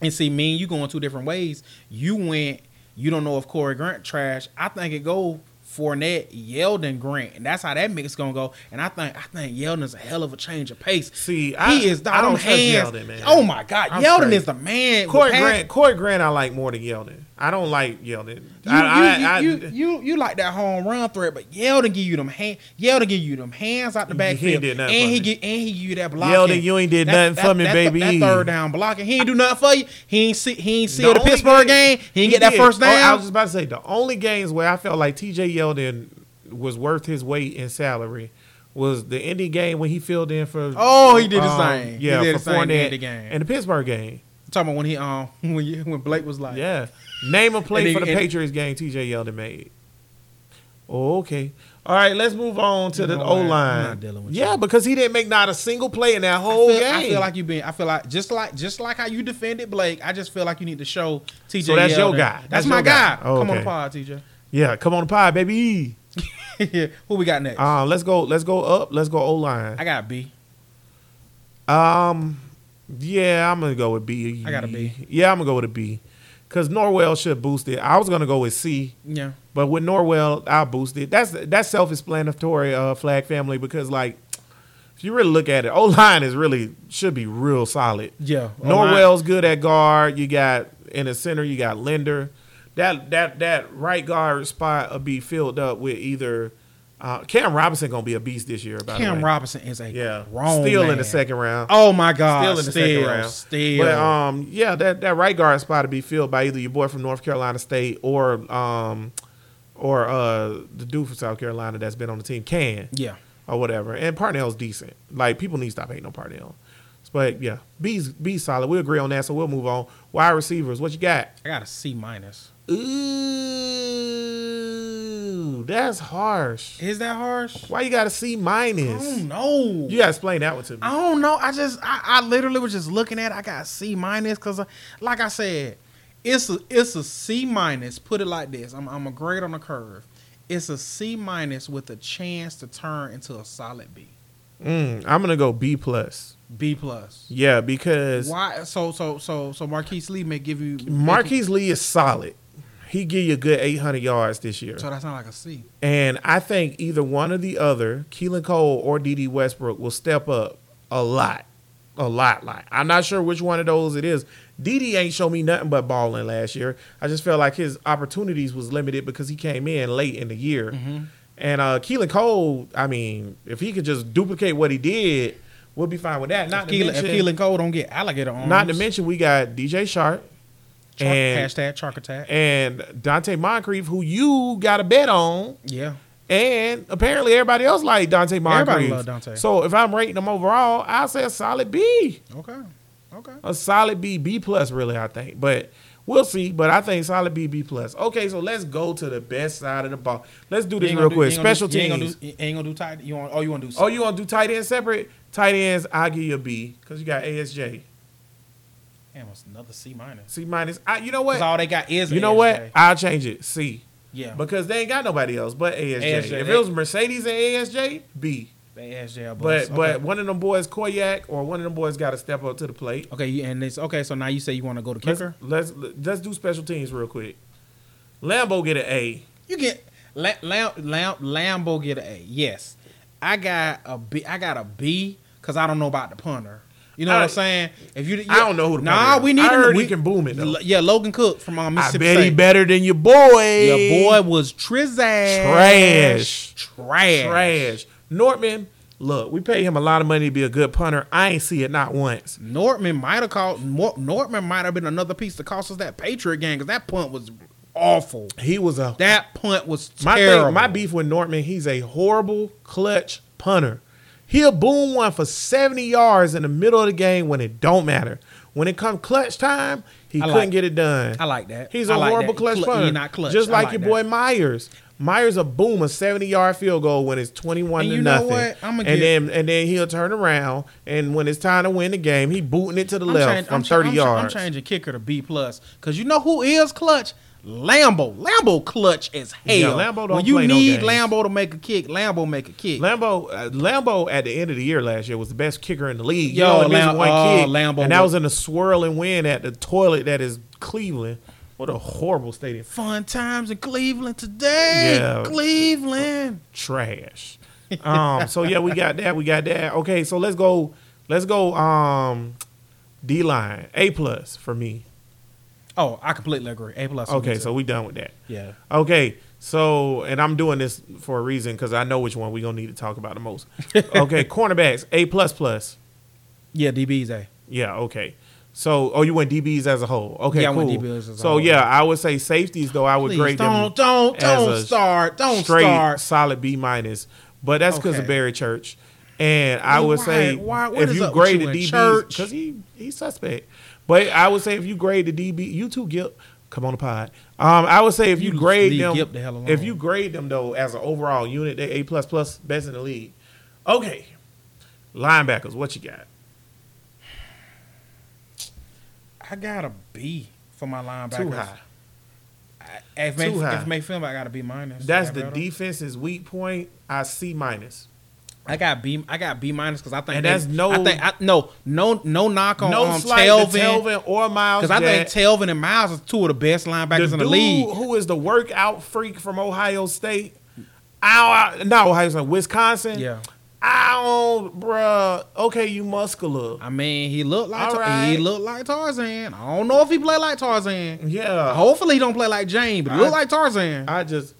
B: And see, me and you going two different ways. You went, you don't know if Corey Grant trash. I think it go Fournette, Yeldon, Grant, and that's how that mix gonna go. And I think I think Yeldon's a hell of a change of pace.
A: See,
B: he
A: I-
B: is.
A: I don't
B: them
A: trust
B: hands-
A: Yeldon, man.
B: Oh my God,
A: I'm
B: Yeldon
A: crazy.
B: is the man. with
A: Corey
B: pass-
A: Grant, Corey Grant, I like more than Yeldon. I don't like Yeldon.
B: You,
A: I,
B: you,
A: I,
B: you,
A: I,
B: you, you, you like that home run threat, but Yeldon give you them hand, Yeldon give you them hands out the
A: He
B: backfield,
A: did
B: and
A: nothing for
B: he
A: me.
B: get and he give you that block.
A: Yeldon, you ain't did nothing for me, baby.
B: That third down blocking, he ain't do nothing for you. He ain't see, he ain't see the,
A: only
B: Pittsburgh
A: game-
B: game. He ain't get that
A: did.
B: first
A: Oh, I
B: down.
A: was just about to say the only games where I felt like TJ Yeldon was worth his weight in salary was the Indy game when he filled in for. um,
B: Oh, he did his thing. He
A: Yeah, for
B: did his thing in the
A: Fournette
B: Indy game.
A: and the Pittsburgh game.
B: talking about when he um [LAUGHS] when you, when Blake was like
A: Yeah, name a play
B: And
A: for
B: he-
A: the
B: and-
A: Patriots game TJ Yeldon made. Oh, okay. All right, let's move on to
B: You
A: the
B: know
A: O
B: what? I'm
A: line.
B: not dealing with
A: yeah,
B: you.
A: because he didn't make not a single play in that
B: I
A: whole
B: feel,
A: game.
B: I feel like you been. I feel like just like just like how you defended Blake. I just feel like you need to show TJ.
A: So that's your
B: Yeldon.
A: guy.
B: That's,
A: That's
B: my
A: your guy.
B: guy.
A: Oh,
B: Come on
A: okay.
B: the pod, TJ.
A: yeah, come on the pie, baby.
B: [LAUGHS] Who we got next?
A: Uh, let's go. Let's go up. Let's go O line.
B: I got B.
A: Um, yeah, I'm gonna go with B.
B: I got a B.
A: Yeah, I'm gonna go with a B, cause Norwell should boost it. I was gonna go with C,
B: Yeah.
A: but with Norwell, I boost it. That's that's self-explanatory, uh, flag family, because like. If you really look at it, O line is really should be real solid.
B: Yeah, O-line.
A: Norwell's good at guard. You got in the center, you got Linder. That that that right guard spot will be filled up with either uh, Cam Robinson gonna be a beast this year. By the
B: Cam
A: way.
B: Robinson is a
A: Yeah,
B: wrong
A: still in
B: man.
A: the second round.
B: Oh my God!
A: still in the second round.
B: Still,
A: But um, yeah, that, that right guard spot to be filled by either your boy from North Carolina State or um, or uh, the dude from South Carolina that's been on the team can
B: yeah.
A: or whatever. And Parnell's decent. Like people need to stop hating on Parnell. But yeah, B's B's solid. We agree on that, so we'll move on. Wide receivers, what you got?
B: I got a C minus.
A: Ooh, that's harsh.
B: Is that harsh?
A: Why you got a C
B: I
A: minus?
B: don't know.
A: You gotta explain that one to me.
B: I don't know. I just I, I literally was just looking at. It. I got a C minus because, like I said, it's a it's a C minus. Put it like this: I'm I'm a grade on a curve. It's a C minus with a chance to turn into a solid B,
A: Mm, I'm gonna go B plus.
B: B plus.
A: Yeah, because
B: Why? So so so so Marquise Lee may give you
A: Marquise Lee is solid. He give you a good 800 yards this year.
B: So that's not like a C.
A: And I think either one or the other, Keelan Cole or DD Westbrook, will step up a lot. A lot, lot. I'm not sure which one of those it is. DD ain't show me nothing but balling
B: Mm-hmm.
A: last year. I just felt like his opportunities was limited because he came in late in the year. And uh, Keelan Cole, I mean, if he could just duplicate what he did, we'll be fine with that. Not
B: If Keelan,
A: to
B: if
A: mention,
B: Keelan Cole don't get alligator arms,
A: not to mention, we got DJ Sharp
B: Chalk-
A: and
B: hashtag chalk attack.
A: and Dante Moncrief, who you got a bet on,
B: yeah,
A: and apparently everybody else like Dante Moncrief.
B: Everybody love Dante.
A: So if I'm rating them overall, I say a solid B,
B: okay, okay.
A: a solid B, B plus, really. I think, but we'll see. But I think solid B, B plus. Okay, so let's go to the best side of the ball. Let's do this
B: You ain't
A: real
B: gonna do-
A: quick.
B: you ain't gonna do-
A: Special
B: you ain't gonna
A: teams.
B: do- You ain't gonna do tight. You want? Oh, you want to do?
A: Oh, you gonna do tight ends separate? Tight ends, I give you a B because you got ASJ.
B: Damn, it's another C minus.
A: C minus. I, you know
B: 'Cause
A: what?
B: all they got is
A: You
B: an
A: know
B: ASJ.
A: what? I'll change it. C.
B: Yeah, but
A: Because they ain't got nobody else but ASJ.
B: ASJ,
A: If
B: they-
A: it was Mercedes and ASJ, B.
B: they ASJ. are
A: But
B: bust.
A: but
B: okay.
A: one of them boys Koyak or one of them boys got to step up to the plate.
B: okay, you- and it's okay. So now you say you want to go to
A: Let's,
B: kicker?
A: let's let's do special teams real quick. Lambo get an A.
B: You get Lam, Lam, Lam, Lambo get an A. Yes, I got a B. I got a B because I don't know about the punter. You know what
A: I-
B: I'm saying? If you,
A: I don't know who the
B: Nah,
A: punter is.
B: we need.
A: I
B: to-
A: heard
B: we,
A: he can boom it, though.
B: L- Yeah, Logan Cook from um,
A: I
B: Mississippi
A: bet he
B: State.
A: better than your boy.
B: Your boy was trash.
A: Trash.
B: Trash.
A: trash. Nortman, look, we pay him a lot of money to be a good punter. I ain't see it not once.
B: Nortman might have called. Nor- Nortman might have been another piece that cost us that Patriot game because that punt was awful.
A: He was a
B: That punt was
A: My
B: terrible.
A: thing, my beef with Nortman, he's a horrible clutch punter. He'll boom one for 70 yards in the middle of the game when it don't matter. When it comes clutch time, he
B: I
A: couldn't
B: like-
A: get it done.
B: I like that.
A: He's
B: I
A: a
B: like
A: horrible
B: that.
A: clutch
B: Cl-
A: punter.
B: he not clutch.
A: Just
B: I
A: like,
B: like
A: your
B: that.
A: boy Myers. Myers a boom a 70 yard field goal when it's 21
B: And
A: to
B: you know
A: nothing.
B: what? I'ma
A: and
B: give-
A: then and then he'll turn around and when it's time to win the game, he booting it to the left
B: chang-
A: from
B: ch-
A: 30
B: I'm ch-
A: yards.
B: I'm changing kicker to B plus because you know who is clutch. Lambo, Lambo clutch as hell.
A: Yeah, Lambo don't
B: when you
A: play no
B: need
A: games.
B: Lambo to make a kick, Lambo make a kick.
A: Lambo, uh, Lambo at the end of the year last year was the best kicker in the league.
B: Yo,
A: Yo, he only missed
B: Lam-
A: one
B: oh,
A: kick,
B: Lambo
A: and that
B: was-
A: was in a swirling wind at the toilet that is Cleveland. What a horrible stadium!
B: Fun times in Cleveland today.
A: Yeah.
B: Cleveland. [LAUGHS]
A: Trash. Um. so yeah, we got that. We got that. Okay. So let's go. Let's go. Um. D line A plus for me.
B: Oh, I completely agree. A plus. for me
A: Okay.
B: too.
A: So we done with that.
B: yeah.
A: Okay, so and I'm doing this for a reason because I know which one we gonna need to talk about the
B: [LAUGHS]
A: most. Okay, cornerbacks A plus plus.
B: Yeah, DB's A.
A: Yeah, okay. So, oh, you went DBs as a whole. Okay,
B: Yeah, I
A: cool.
B: went DBs as a
A: so,
B: whole.
A: yeah, I would say safeties though. I would
B: Please
A: grade them.
B: don't don't
A: as
B: don't
A: a
B: start. Don't
A: straight
B: start.
A: solid B minus, but that's because
B: Okay.
A: of Barry Church. And I
B: Hey,
A: would
B: why-
A: say
B: why- what
A: if
B: is
A: you
B: up with
A: grade
B: you
A: the
B: and
A: DBs,
B: Church?
A: because he he's suspect. But I would say if you grade the DB, you two Gip, come on the pod. Um, I would say if you,
B: You
A: grade
B: leave
A: them,
B: Gip the hell alone.
A: if you grade them though as an overall unit, they A plus plus, best in the league. Okay, linebackers, what you got?
B: I got a B for my linebackers.
A: Too high.
B: I- If
A: Too
B: make, if
A: high.
B: make film, I got a B minus.
A: That's
B: I
A: the
B: got-
A: defense's weak point. I C minus.
B: I got B. I got B minus because I think
A: And
B: they-
A: that's no-
B: I think I, no no no knock on
A: No
B: um,
A: slight Telvin,
B: Telvin
A: Telvin or Miles.
B: because I
A: Jack.
B: think Telvin and Miles are two of the best
A: the
B: linebackers in
A: dude
B: the league.
A: who is the workout freak from Ohio State. I don't- not Ohio State, Wisconsin.
B: Yeah.
A: I don't, bruh. Okay, you muscular.
B: I mean, he looked like
A: All
B: Tar-
A: right.
B: he looked like Tarzan. I don't know if he play like Tarzan.
A: Yeah.
B: Hopefully, he don't play like Jane, but he look
A: I-
B: like Tarzan.
A: I just,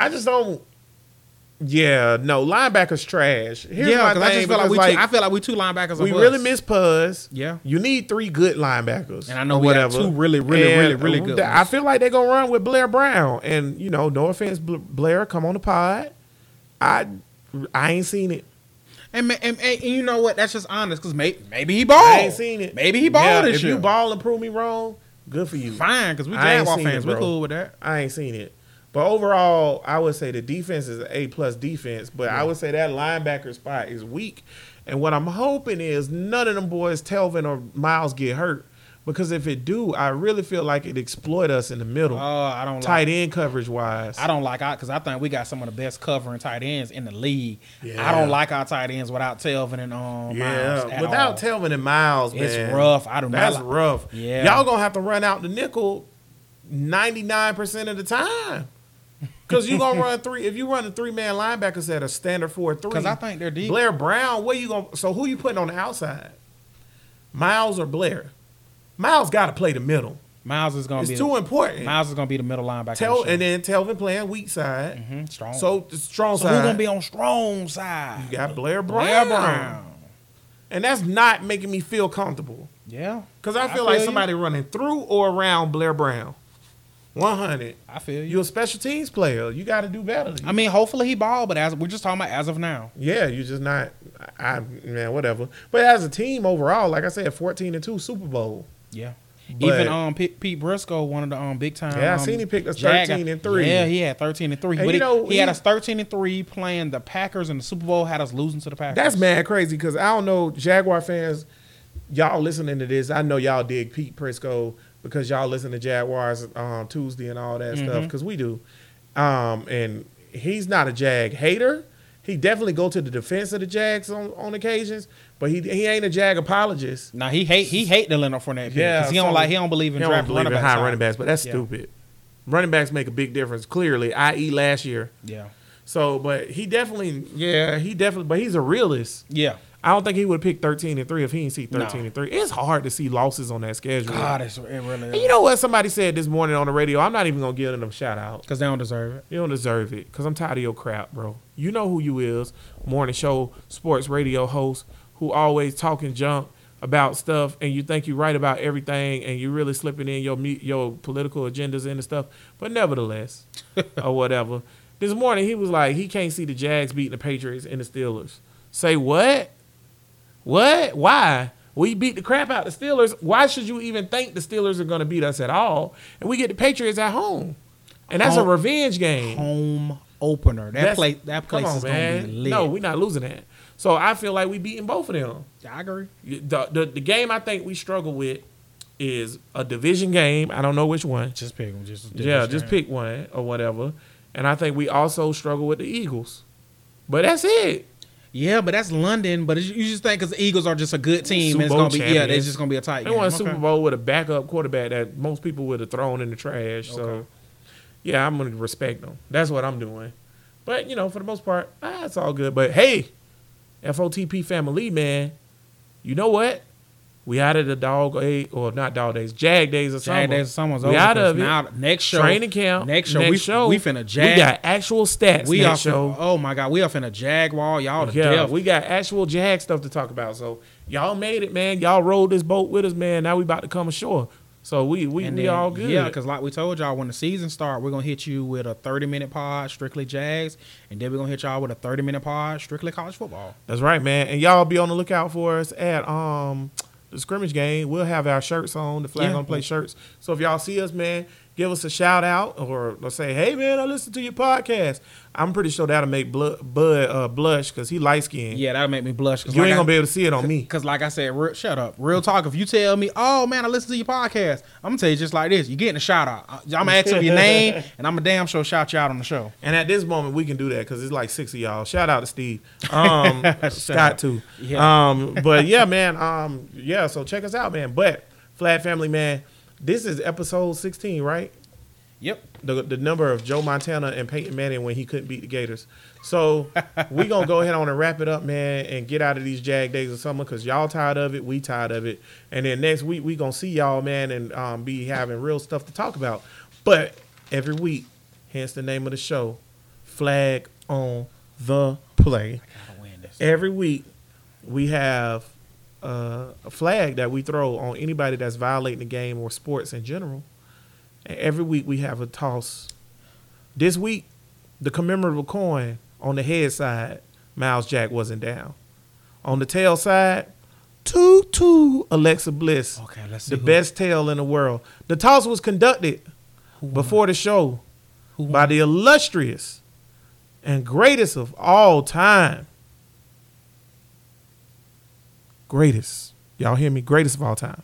A: I just don't. Yeah, no, linebackers trash. Here's
B: yeah,
A: my
B: because I
A: thing,
B: just feel
A: because,
B: like we
A: like,
B: two, I feel like we two linebackers. are
A: we
B: bust.
A: really miss Puzz.
B: Yeah.
A: you need three good linebackers.
B: And I know
A: or
B: we got two really, really, really, really good
A: I
B: ones.
A: feel like they're gonna run with Blair Brown, and you know, no offense, Bl- Blair, come on the pod. I, I ain't seen it.
B: And, ma- and, and, and you know what? That's just honest because maybe maybe he balled.
A: I ain't seen it.
B: Oh, Maybe he balled
A: Yeah,
B: this
A: if
B: year.
A: you ball and prove me wrong, good for you.
B: fine because we
A: I ain't
B: Jaguar
A: seen it,
B: fans. we
A: bro.
B: cool with that.
A: I ain't seen it. But overall, I would say the defense is an A plus defense. But I would say that linebacker spot is weak. And what I'm hoping is none of them boys, Telvin or Miles, get hurt. Because if it do, I really feel like it exploit us in the middle,
B: Oh, I don't like.
A: tight end coverage wise.
B: I don't like I because I think we got some of the best covering tight ends in the league.
A: Yeah.
B: I don't like our tight ends without Telvin and um, Miles
A: Yeah,
B: at all.
A: without Telvin and Miles,
B: It's
A: man,
B: rough. I do not
A: That's
B: like-
A: rough.
B: Yeah.
A: y'all gonna have to run out the nickel ninety nine percent of the time because you gonna run three. If you run a three man linebacker set a standard four three,
B: 'Cause I think they're deep.
A: Blair Brown, where you gonna? So who you putting on the outside? Miles or Blair? Miles got to play the middle.
B: Miles is gonna
A: It's
B: be
A: too important.
B: Miles is gonna be the middle linebacker.
A: Tell
B: this year.
A: and then Telvin playing weak side.
B: Mhm, strong.
A: So the strong
B: so
A: side.
B: who's gonna be on strong side?
A: you got Blair Brown.
B: Blair
A: And that's not making me feel comfortable.
B: Yeah,
A: Because I, feel like
B: you.
A: somebody running through or around Blair Brown. 100.
B: I feel you.
A: You're a special teams player. You got to do better.
B: I mean, hopefully he ball, but as we're just talking about as of now,
A: yeah, you just not. I, I man, whatever. But as a team overall, like I said, fourteen and two Super Bowl.
B: yeah.
A: But-
B: Even um Pete, Pete Briscoe, one of the um big time.
A: Yeah, I
B: um,
A: seen he picked us
B: Jag-
A: 13 and three.
B: Yeah, he had thirteen and three.
A: And
B: but
A: you
B: he,
A: know,
B: he
A: he-
B: had us thirteen and three playing the Packers in the Super Bowl. Had us losing to the Packers.
A: That's mad crazy because I don't know Jaguar fans. Y'all listening to this? I know y'all dig Pete Prisco because y'all listen to Jaguars um, Tuesday and all that
B: Mm-hmm.
A: stuff because we do. Um, and he's not a Jag hater. He definitely go to the defense of the Jags on, on occasions, but he he ain't a Jag apologist.
B: Now he hate he hate the Leonard Fournette. pick, 'cause he don't
A: so-
B: like he don't believe in
A: he don't
B: draft
A: believe
B: running,
A: in
B: backs
A: high
B: high.
A: running backs, but that's
B: Yeah.
A: stupid. Running backs make a big difference, clearly. I.e. last year.
B: Yeah,
A: So, but he definitely, yeah, he definitely, but he's a realist.
B: yeah.
A: I don't think he would have picked 13 and 3 if he didn't see 13
B: No.
A: and 3. It's hard to see losses on that schedule.
B: God, it's, it really.
A: And you know what somebody said this morning on the radio? I'm not even going to give them a shout out.
B: because they don't deserve it.
A: You don't deserve it because I'm tired of your crap, bro. You know who you is. Morning show, sports radio host who always talking junk about stuff and you think you right about everything and you really slipping in your me- your political agendas and stuff. But nevertheless, or whatever. This morning he was like, he can't see the Jags beating the Patriots and the Steelers. Say what? What? Why? We beat the crap out of the Steelers. Why should you even think the Steelers are going to beat us at all? And we get the Patriots at home. And that's a
B: Home-
A: revenge game.
B: Home opener. That
A: That's-
B: place. That
A: come
B: place
A: on,
B: is gonna
A: man.
B: be lit.
A: No, we're not losing that. So I feel like we beating both of them.
B: I agree.
A: The, the, the game I think we struggle with is a division game. I don't know which one.
B: Just pick them. Just
A: yeah, just pick one or whatever. And I think we also struggle with the Eagles. But that's it.
B: Yeah, but that's London. But it's, you just think because the Eagles are just a good team,
A: Super
B: and it's gonna
A: Bowl
B: be yeah, they're
A: champions.
B: just gonna be a tight.
A: They
B: game.
A: won a
B: Okay.
A: Super Bowl with a backup quarterback that most people would have thrown in the trash. So,
B: Okay.
A: yeah, I'm going to respect them. That's what I'm doing. But, you know, for the most part, ah, it's all good. But hey, FOTP family, man, you know what? We out of the dog day, or not dog days, jag days or something.
B: Jag days of summer's
A: we
B: over.
A: out
B: 'cause
A: of it.
B: now next show,
A: Training camp.
B: next show, we, we finna jag.
A: We got actual stats
B: we
A: next
B: are.
A: show.
B: Finna, oh my god, we are finna jag wall y'all to
A: Yeah,
B: death.
A: we got actual Jag stuff to talk about. So y'all made it, man. Y'all rode this boat with us, man. Now we about to come ashore. So we we,
B: And
A: we
B: then,
A: all good.
B: Yeah, because like we told y'all, when the season start, we're gonna hit you with a thirty minute pod strictly Jags, and then we're gonna hit y'all with a thirty minute pod strictly college football.
A: that's right, man. And y'all be on the lookout for us at um the scrimmage game. We'll have our shirts on. The flag
B: Yeah.
A: on play shirts. So if y'all see us, man, give us a shout out or, or say, hey, man, I listened to your podcast. I'm pretty sure that'll make blood, Bud uh, blush because he light skinned.
B: Yeah, that'll make me blush. Cause
A: you
B: like
A: ain't
B: I,
A: gonna be able to see it on me.
B: Cause like I said, real, shut up. Real talk. If you tell me, oh man, I listen to your podcast, I'm gonna tell you just like this. You're getting a shout out. I'm gonna ask you
A: [LAUGHS]
B: your name, and I'm a damn sure shout you out on the show.
A: And at this moment, we can do that because it's like six of y'all. Shout out to
B: [LAUGHS]
A: Steve, um, Scott
B: out.
A: too.
B: Yeah.
A: Um, but yeah, man. Um, yeah. So check us out, man. But Flat Family, man. This is episode sixteen, right?
B: Yep.
A: The the number of Joe Montana and Peyton Manning when he couldn't beat the Gators. So we gonna go ahead on and wrap it up, man, and get out of these Jag days of summer because y'all tired of it, we tired of it, and then next week we gonna see y'all, man, and um, be having real stuff to talk about. But every week, hence the name of the show, Flag on the Play.
B: Gotta win this.
A: Every week, we have uh, a flag that we throw on anybody that's violating the game or sports in general. And every week we have a toss. This week, the commemorative coin on the head side, Miles Jack wasn't down. On the tail side, two two Alexa Bliss,
B: Okay, let's see.
A: the
B: who-
A: best tail in the world. The toss was conducted
B: who won.
A: before the show
B: Who won?
A: by the illustrious and greatest of all time. Greatest. Y'all hear me? Greatest of all time.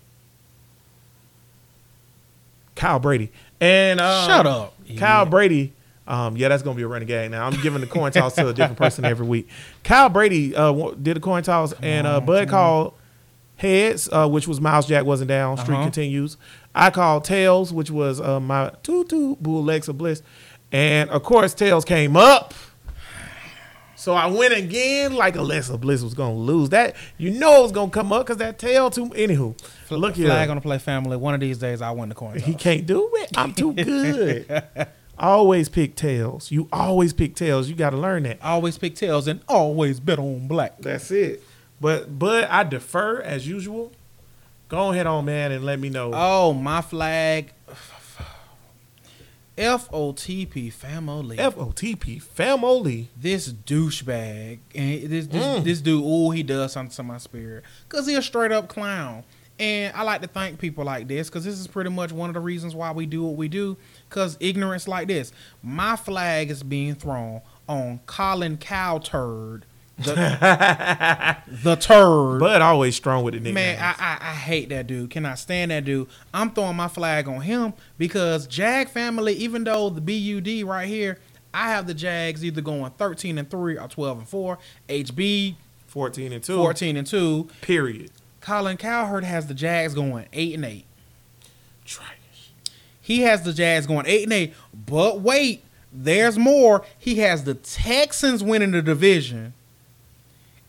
A: Kyle Brady. And uh,
B: Shut up,
A: Kyle
B: idiot.
A: Brady. Um, yeah, that's gonna be a running gag. Now I'm giving the coin toss to a different person every week. Kyle Brady uh, wa- did a coin toss, and uh,
B: on,
A: Bud
B: come
A: called heads, uh, which was Miles Jack wasn't down. Street
B: Uh-huh.
A: continues. I called tails, which was uh, my tutu bull legs of bliss, and of course tails came up. So I went again like Alexa Bliss was gonna lose. That you know it was gonna come up because that tail too anywho. Look here.
B: Flag on the play family. One of these days I win the coin.
A: He can't do it. I'm too good. [LAUGHS] I always pick tails. You always pick tails. You gotta learn that.
B: Always pick tails and always bet on black.
A: That's it. But but I defer as usual. Go ahead on man and let me know.
B: Oh, my flag. FOTP family.
A: FOTP family.
B: This douchebag and this this, mm. this dude, oh, he does something to my spirit cuz he a straight up clown. And I like to thank people like this cuz this is pretty much one of the reasons why we do what we do cuz ignorance like this. My flag is being thrown on Colin Cowturd. The, the turd.
A: But always strong with the nicknames.
B: Man, I, I, I hate that dude. Can I stand that dude? I'm throwing my flag on him because Jag family, even though the BUD right here, I have the Jags either going 13 and 3 or 12 and 4. HB
A: 14 and 2.
B: 14 and 2.
A: Period.
B: Colin Cowherd has the Jags going 8 and 8.
A: Trash.
B: He has the Jags going 8 and 8, but wait, there's more. He has the Texans winning the division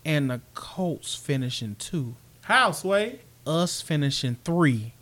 B: and the Colts finishing two.
A: How, Sway?
B: Us finishing three.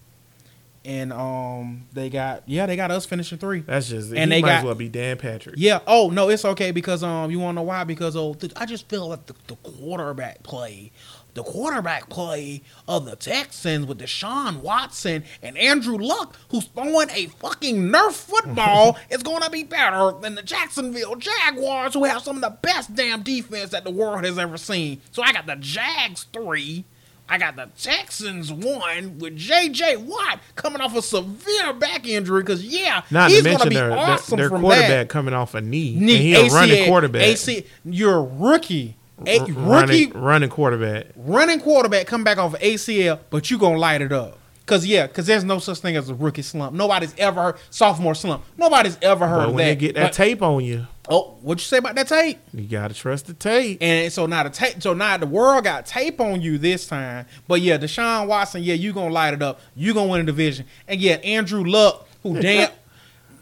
B: And um, they got yeah, they got us finishing three.
A: That's just and they might got, as well be Dan Patrick.
B: Yeah. Oh no, it's okay because um, you want to know why? Because oh, I just feel like the, the quarterback play, the quarterback play of the Texans with Deshaun Watson and Andrew Luck, who's throwing a fucking
A: [LAUGHS]
B: Nerf football, is going to be better than the Jacksonville Jaguars, who have some of the best damn defense that the world has ever seen. So I got the Jags three. I got the Texans one with J.J. Watt coming off a severe back injury because yeah,
A: Not he's going to be their, awesome their, their quarterback that. coming off a knee, knee and he a running quarterback.
B: AC, you're a rookie. A, rookie
A: running, running, quarterback,
B: running quarterback, come back off of ACL, but you gonna light it up. Cause yeah, cause there's no such thing as a rookie slump. Nobody's ever heard sophomore slump. Nobody's ever heard
A: but when
B: that.
A: They get that but, tape on you.
B: Oh, what you say about that tape?
A: You gotta trust the tape.
B: And so now the tape, so now the world got tape on you this time. But yeah, Deshaun Watson, yeah, you gonna light it up. You gonna win the division. And yeah, Andrew Luck,
A: [LAUGHS]
B: who damn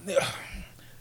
B: [SIGHS]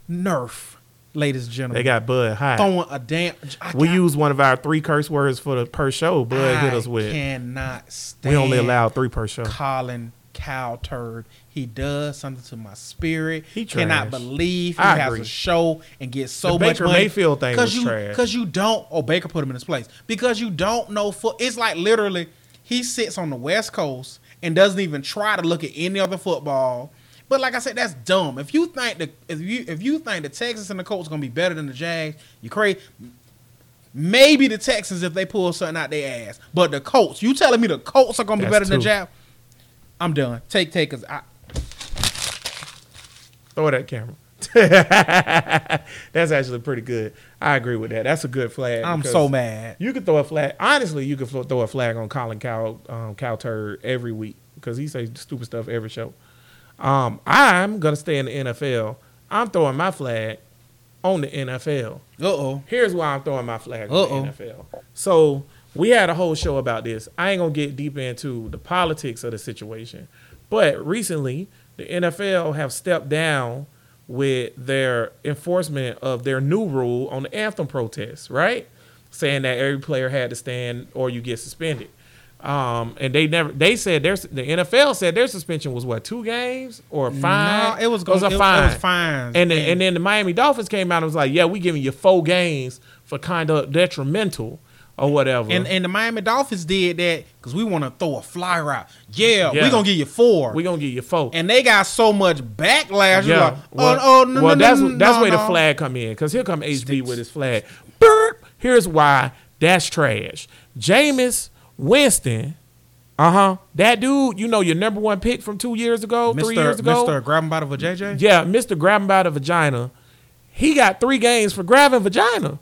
B: nerf ladies and gentlemen.
A: They got Bud high.
B: Throwing a damn. I
A: we use one of our three curse words for the per show. Bud
B: I
A: hit us with.
B: Cannot stand.
A: We only allow three per show.
B: Colin cow turd. He does something to my spirit. He trash. cannot believe he I has agree. a show and gets so
A: the
B: much
A: Baker
B: money.
A: Mayfield thing was
B: you,
A: trash
B: because you don't. Oh, Baker put him in his place because you don't know. Foot. It's like literally he sits on the West Coast and doesn't even try to look at any other football. But like I said, that's dumb. If you think the if you if you think the Texans and the Colts gonna be better than the Jags, you crazy. Maybe the Texans if they pull something out their ass, but the Colts. You telling me the Colts are gonna be
A: That's
B: better than
A: two.
B: the Jags? I'm done. Take takers. I,
A: Throw that camera. [LAUGHS] That's actually pretty good. I agree with that. That's a good flag.
B: I'm
A: because
B: so mad.
A: You could throw a flag. Honestly, you could throw a flag on Colin Cow um, Cowturd every week because he says stupid stuff every show. Um, I'm gonna stay in the NFL. I'm throwing my flag on the NFL.
B: Uh oh.
A: Here's why I'm throwing my flag
B: Uh-oh.
A: on the NFL. So we had a whole show about this. I ain't gonna get deep into the politics of the situation, but recently the NFL have stepped down with their enforcement of their new rule on the anthem protests, right? Saying that every player had to stand or you get suspended. Um, and they never they said their the NFL said their suspension was what two games or five?
B: No, it was
A: it was a
B: it was- it was
A: fine.
B: fines.
A: And then, and then the Miami Dolphins came out and was like, yeah, we giving you four games for conduct detrimental or whatever.
B: And and the Miami Dolphins did that because we want to throw a flyer out. Yeah,
A: Yeah.
B: we gonna give you four.
A: we gonna give you four.
B: and they got so much backlash. You're
A: yeah.
B: like, oh, oh, no,
A: well,
B: no,
A: that's
B: no,
A: that's
B: no,
A: where the
B: no.
A: flag come in because here come HB with his flag. Burp. Here's why that's trash. Jameis Winston. Uh huh. That dude, you know, your number one pick from two years ago,
B: Mr.
A: three years ago.
B: Mr. Grab him by the JJ.
A: Yeah, Mr. Grabbing by the vagina. He got three games for grabbing vagina.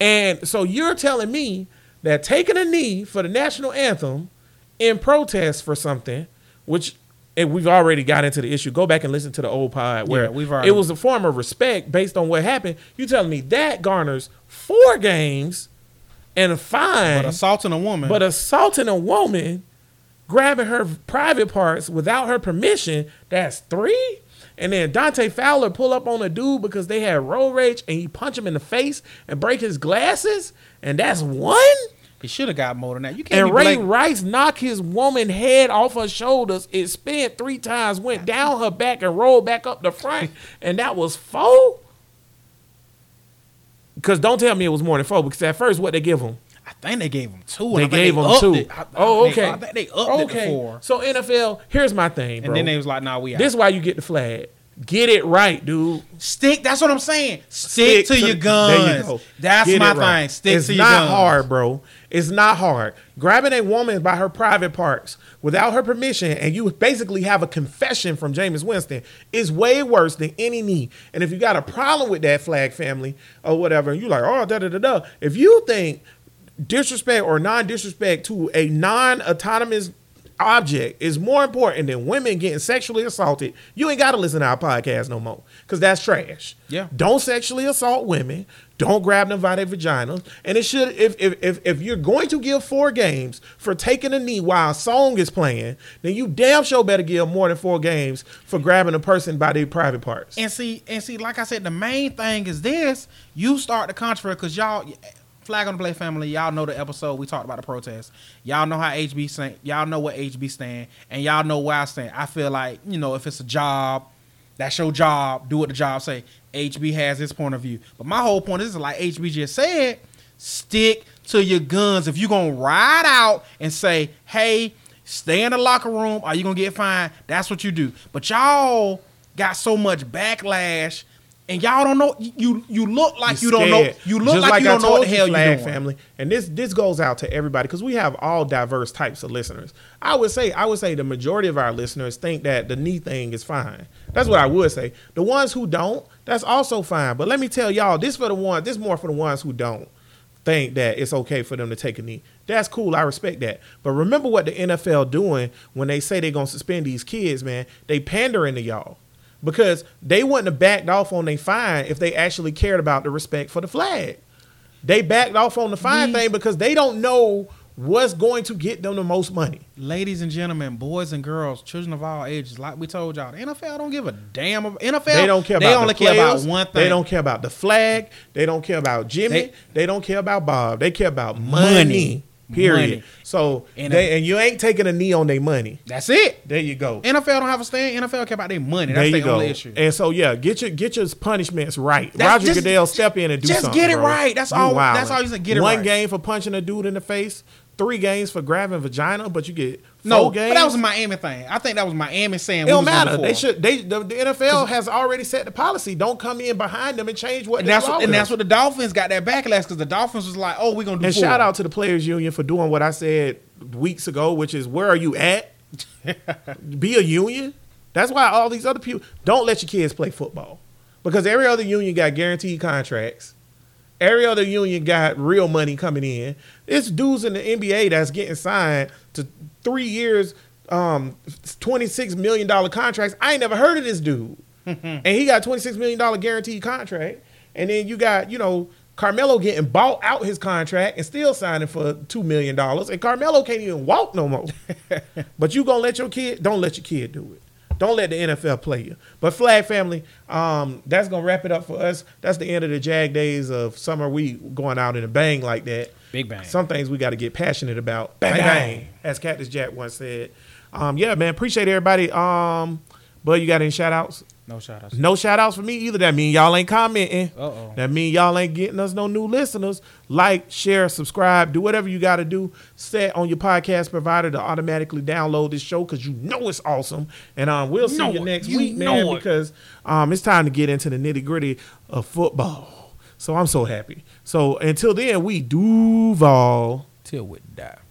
A: And so you're telling me that taking a knee for the national anthem in protest for something, which and we've already got into the issue. Go back and listen to the old pod where
B: Yeah, we've already-
A: it was a form of respect based on what happened. You telling me that garners four games and a fine,
B: But assaulting a woman.
A: but uh, assaulting a woman, grabbing her private parts without her permission, that's three? And then Dante Fowler pull up on a dude because they had road rage and he punch him in the face and break his glasses, and that's one.
B: He should have got more than that. You can't.
A: And
B: be
A: Ray
B: blaming-
A: Rice knocked his woman head off her shoulders. It spun three times, went down her back, and rolled back up the
B: [LAUGHS]
A: front. And that was four. Because don't tell me it was more than four. Because at first, what they give him?
B: I think they gave him two. and
A: They
B: I think
A: gave him
B: upped
A: two.
B: it. I- I
A: oh,
B: think-
A: okay.
B: I think they upped it to
A: okay.
B: four.
A: So NFL, here's my thing, bro.
B: And then they was like, "Nah, we out."
A: this is why you get the flag. Get it right, dude.
B: Stick. That's what I'm saying. Stick, to, your guns.
A: There you go.
B: That's
A: Get
B: my
A: it
B: thing.
A: right.
B: Stick
A: it's
B: to your guns.
A: not hard, bro. It's not hard. Grabbing a woman by her private parts without her permission, and you basically have a confession from Jameis Winston, is way worse than any knee. And if you got a problem with that flag family or whatever, and you like, oh, da da da da. If you think disrespect or non disrespect to a non autonomous object is more important than women getting sexually assaulted, you ain't got to listen to our podcast no more because that's trash.
B: Yeah.
A: Don't sexually assault women. Don't grab them by their vaginas. And it should, if, if, if, if you're going to give four games for taking a knee while a song is playing, then you damn sure better give more than four games for grabbing a person by their private parts.
B: And see, and see, like I said, the main thing is this: you start the controversy because y'all, flag on the play family, y'all know the episode we talked about the protest. Y'all know how HB stand, y'all know what HB stand, and y'all know where I stand. I feel like you know if it's a job, that's your job. Do what the job say. HB has his point of view, but my whole point is like HB just said: stick to your guns. If you gonna ride out and say, "Hey," Stay in the locker room. Are you gonna get fined? That's what you do. But y'all got so much backlash, and y'all don't know. You you look like you
A: You're
B: don't know.
A: scared.
B: You look
A: Just
B: like, you
A: I
B: don't know what
A: told
B: the hell you
A: Flag
B: doing.
A: family. And this this goes out to everybody because we have all diverse types of listeners. I would say I would say the majority of our listeners think that the knee thing is fine. That's what I would say. The ones who don't, that's also fine. But let me tell y'all, this for the one, this more for the ones who don't think that it's okay for them to take a knee. That's cool. I respect that. But remember what the NFL doing when they say they're gonna suspend these kids, man. They pandering to y'all because they wouldn't have backed off on their fine if they actually cared about the respect for the flag. They backed off on the fine thing because they don't know what's going to get them the most money.
B: Ladies and gentlemen, boys and girls, children of all ages, like we told y'all, the NFL don't give a damn. About, NFL
A: They don't care
B: They
A: about the
B: only care about
A: players.
B: one thing.
A: They don't care about the flag. They don't care about Jimmy.
B: They-
A: They, don't care about Bob. They care about money.
B: Money.
A: Period.
B: Money.
A: So
B: And
A: they, and you ain't taking a knee on their money.
B: That's it.
A: There you go.
B: NFL don't have a stand. NFL care about their money. That's
A: there you
B: the
A: go.
B: only issue.
A: And so yeah, get your get your punishments right.
B: That's-
A: Roger
B: just-
A: Goodell, step in and do
B: just
A: something.
B: get it
A: bro.
B: right. That's all-
A: wildin'.
B: that's all you said, get it
A: One
B: right.
A: game for punching a dude in the face. Three games for grabbing vagina, but you get
B: no,
A: four games.
B: but that was a Miami thing. I think that was Miami saying
A: It
B: we
A: don't
B: was
A: matter.
B: before.
A: They should. They the, the NFL has already set the policy. Don't come in behind them and change what.
B: And
A: they
B: that's what,
A: law
B: and
A: is.
B: that's what the Dolphins got that backlash because the Dolphins was like, oh, we're gonna do.
A: And
B: four.
A: shout out to the players union for doing what I said weeks ago, which is where are you
B: [LAUGHS]
A: at? Be a union. That's why all these other people don't let your kids play football because every other union got guaranteed contracts. Every other union got real money coming in. It's dudes in the NBA that's getting signed to three years, um, $26 million contracts. I ain't never heard of this dude. and he got $26 million guaranteed contract. And then you got, you know, Carmelo getting bought out his contract and still signing for $2 million. And Carmelo can't even walk no more. but you going to let your kid, don't let your kid do it. Don't let the NFL play you. But Flag Family, um, that's gonna wrap it up for us. That's the end of the Jag days of summer. We going out in a bang like that.
B: Big bang.
A: Some things we got to get passionate about. Bang,
B: Bang,
A: bang
B: bang.
A: As Cactus Jack once said. Um, yeah, man. Appreciate everybody. Um, but you got any shout outs?
B: no shout outs.
A: No shout outs for me either. That mean y'all ain't commenting.
B: Uh-oh.
A: That mean y'all ain't getting us no new listeners. Like, share, subscribe, do whatever you got to do. Set on your podcast provider to automatically download this show because you know it's awesome. And um, we'll see
B: know
A: you
B: it.
A: next
B: You
A: week,
B: know
A: man,
B: it.
A: because um, it's time to get into the nitty gritty of football. So I'm so happy. So until then, we Duval.
B: Till we die.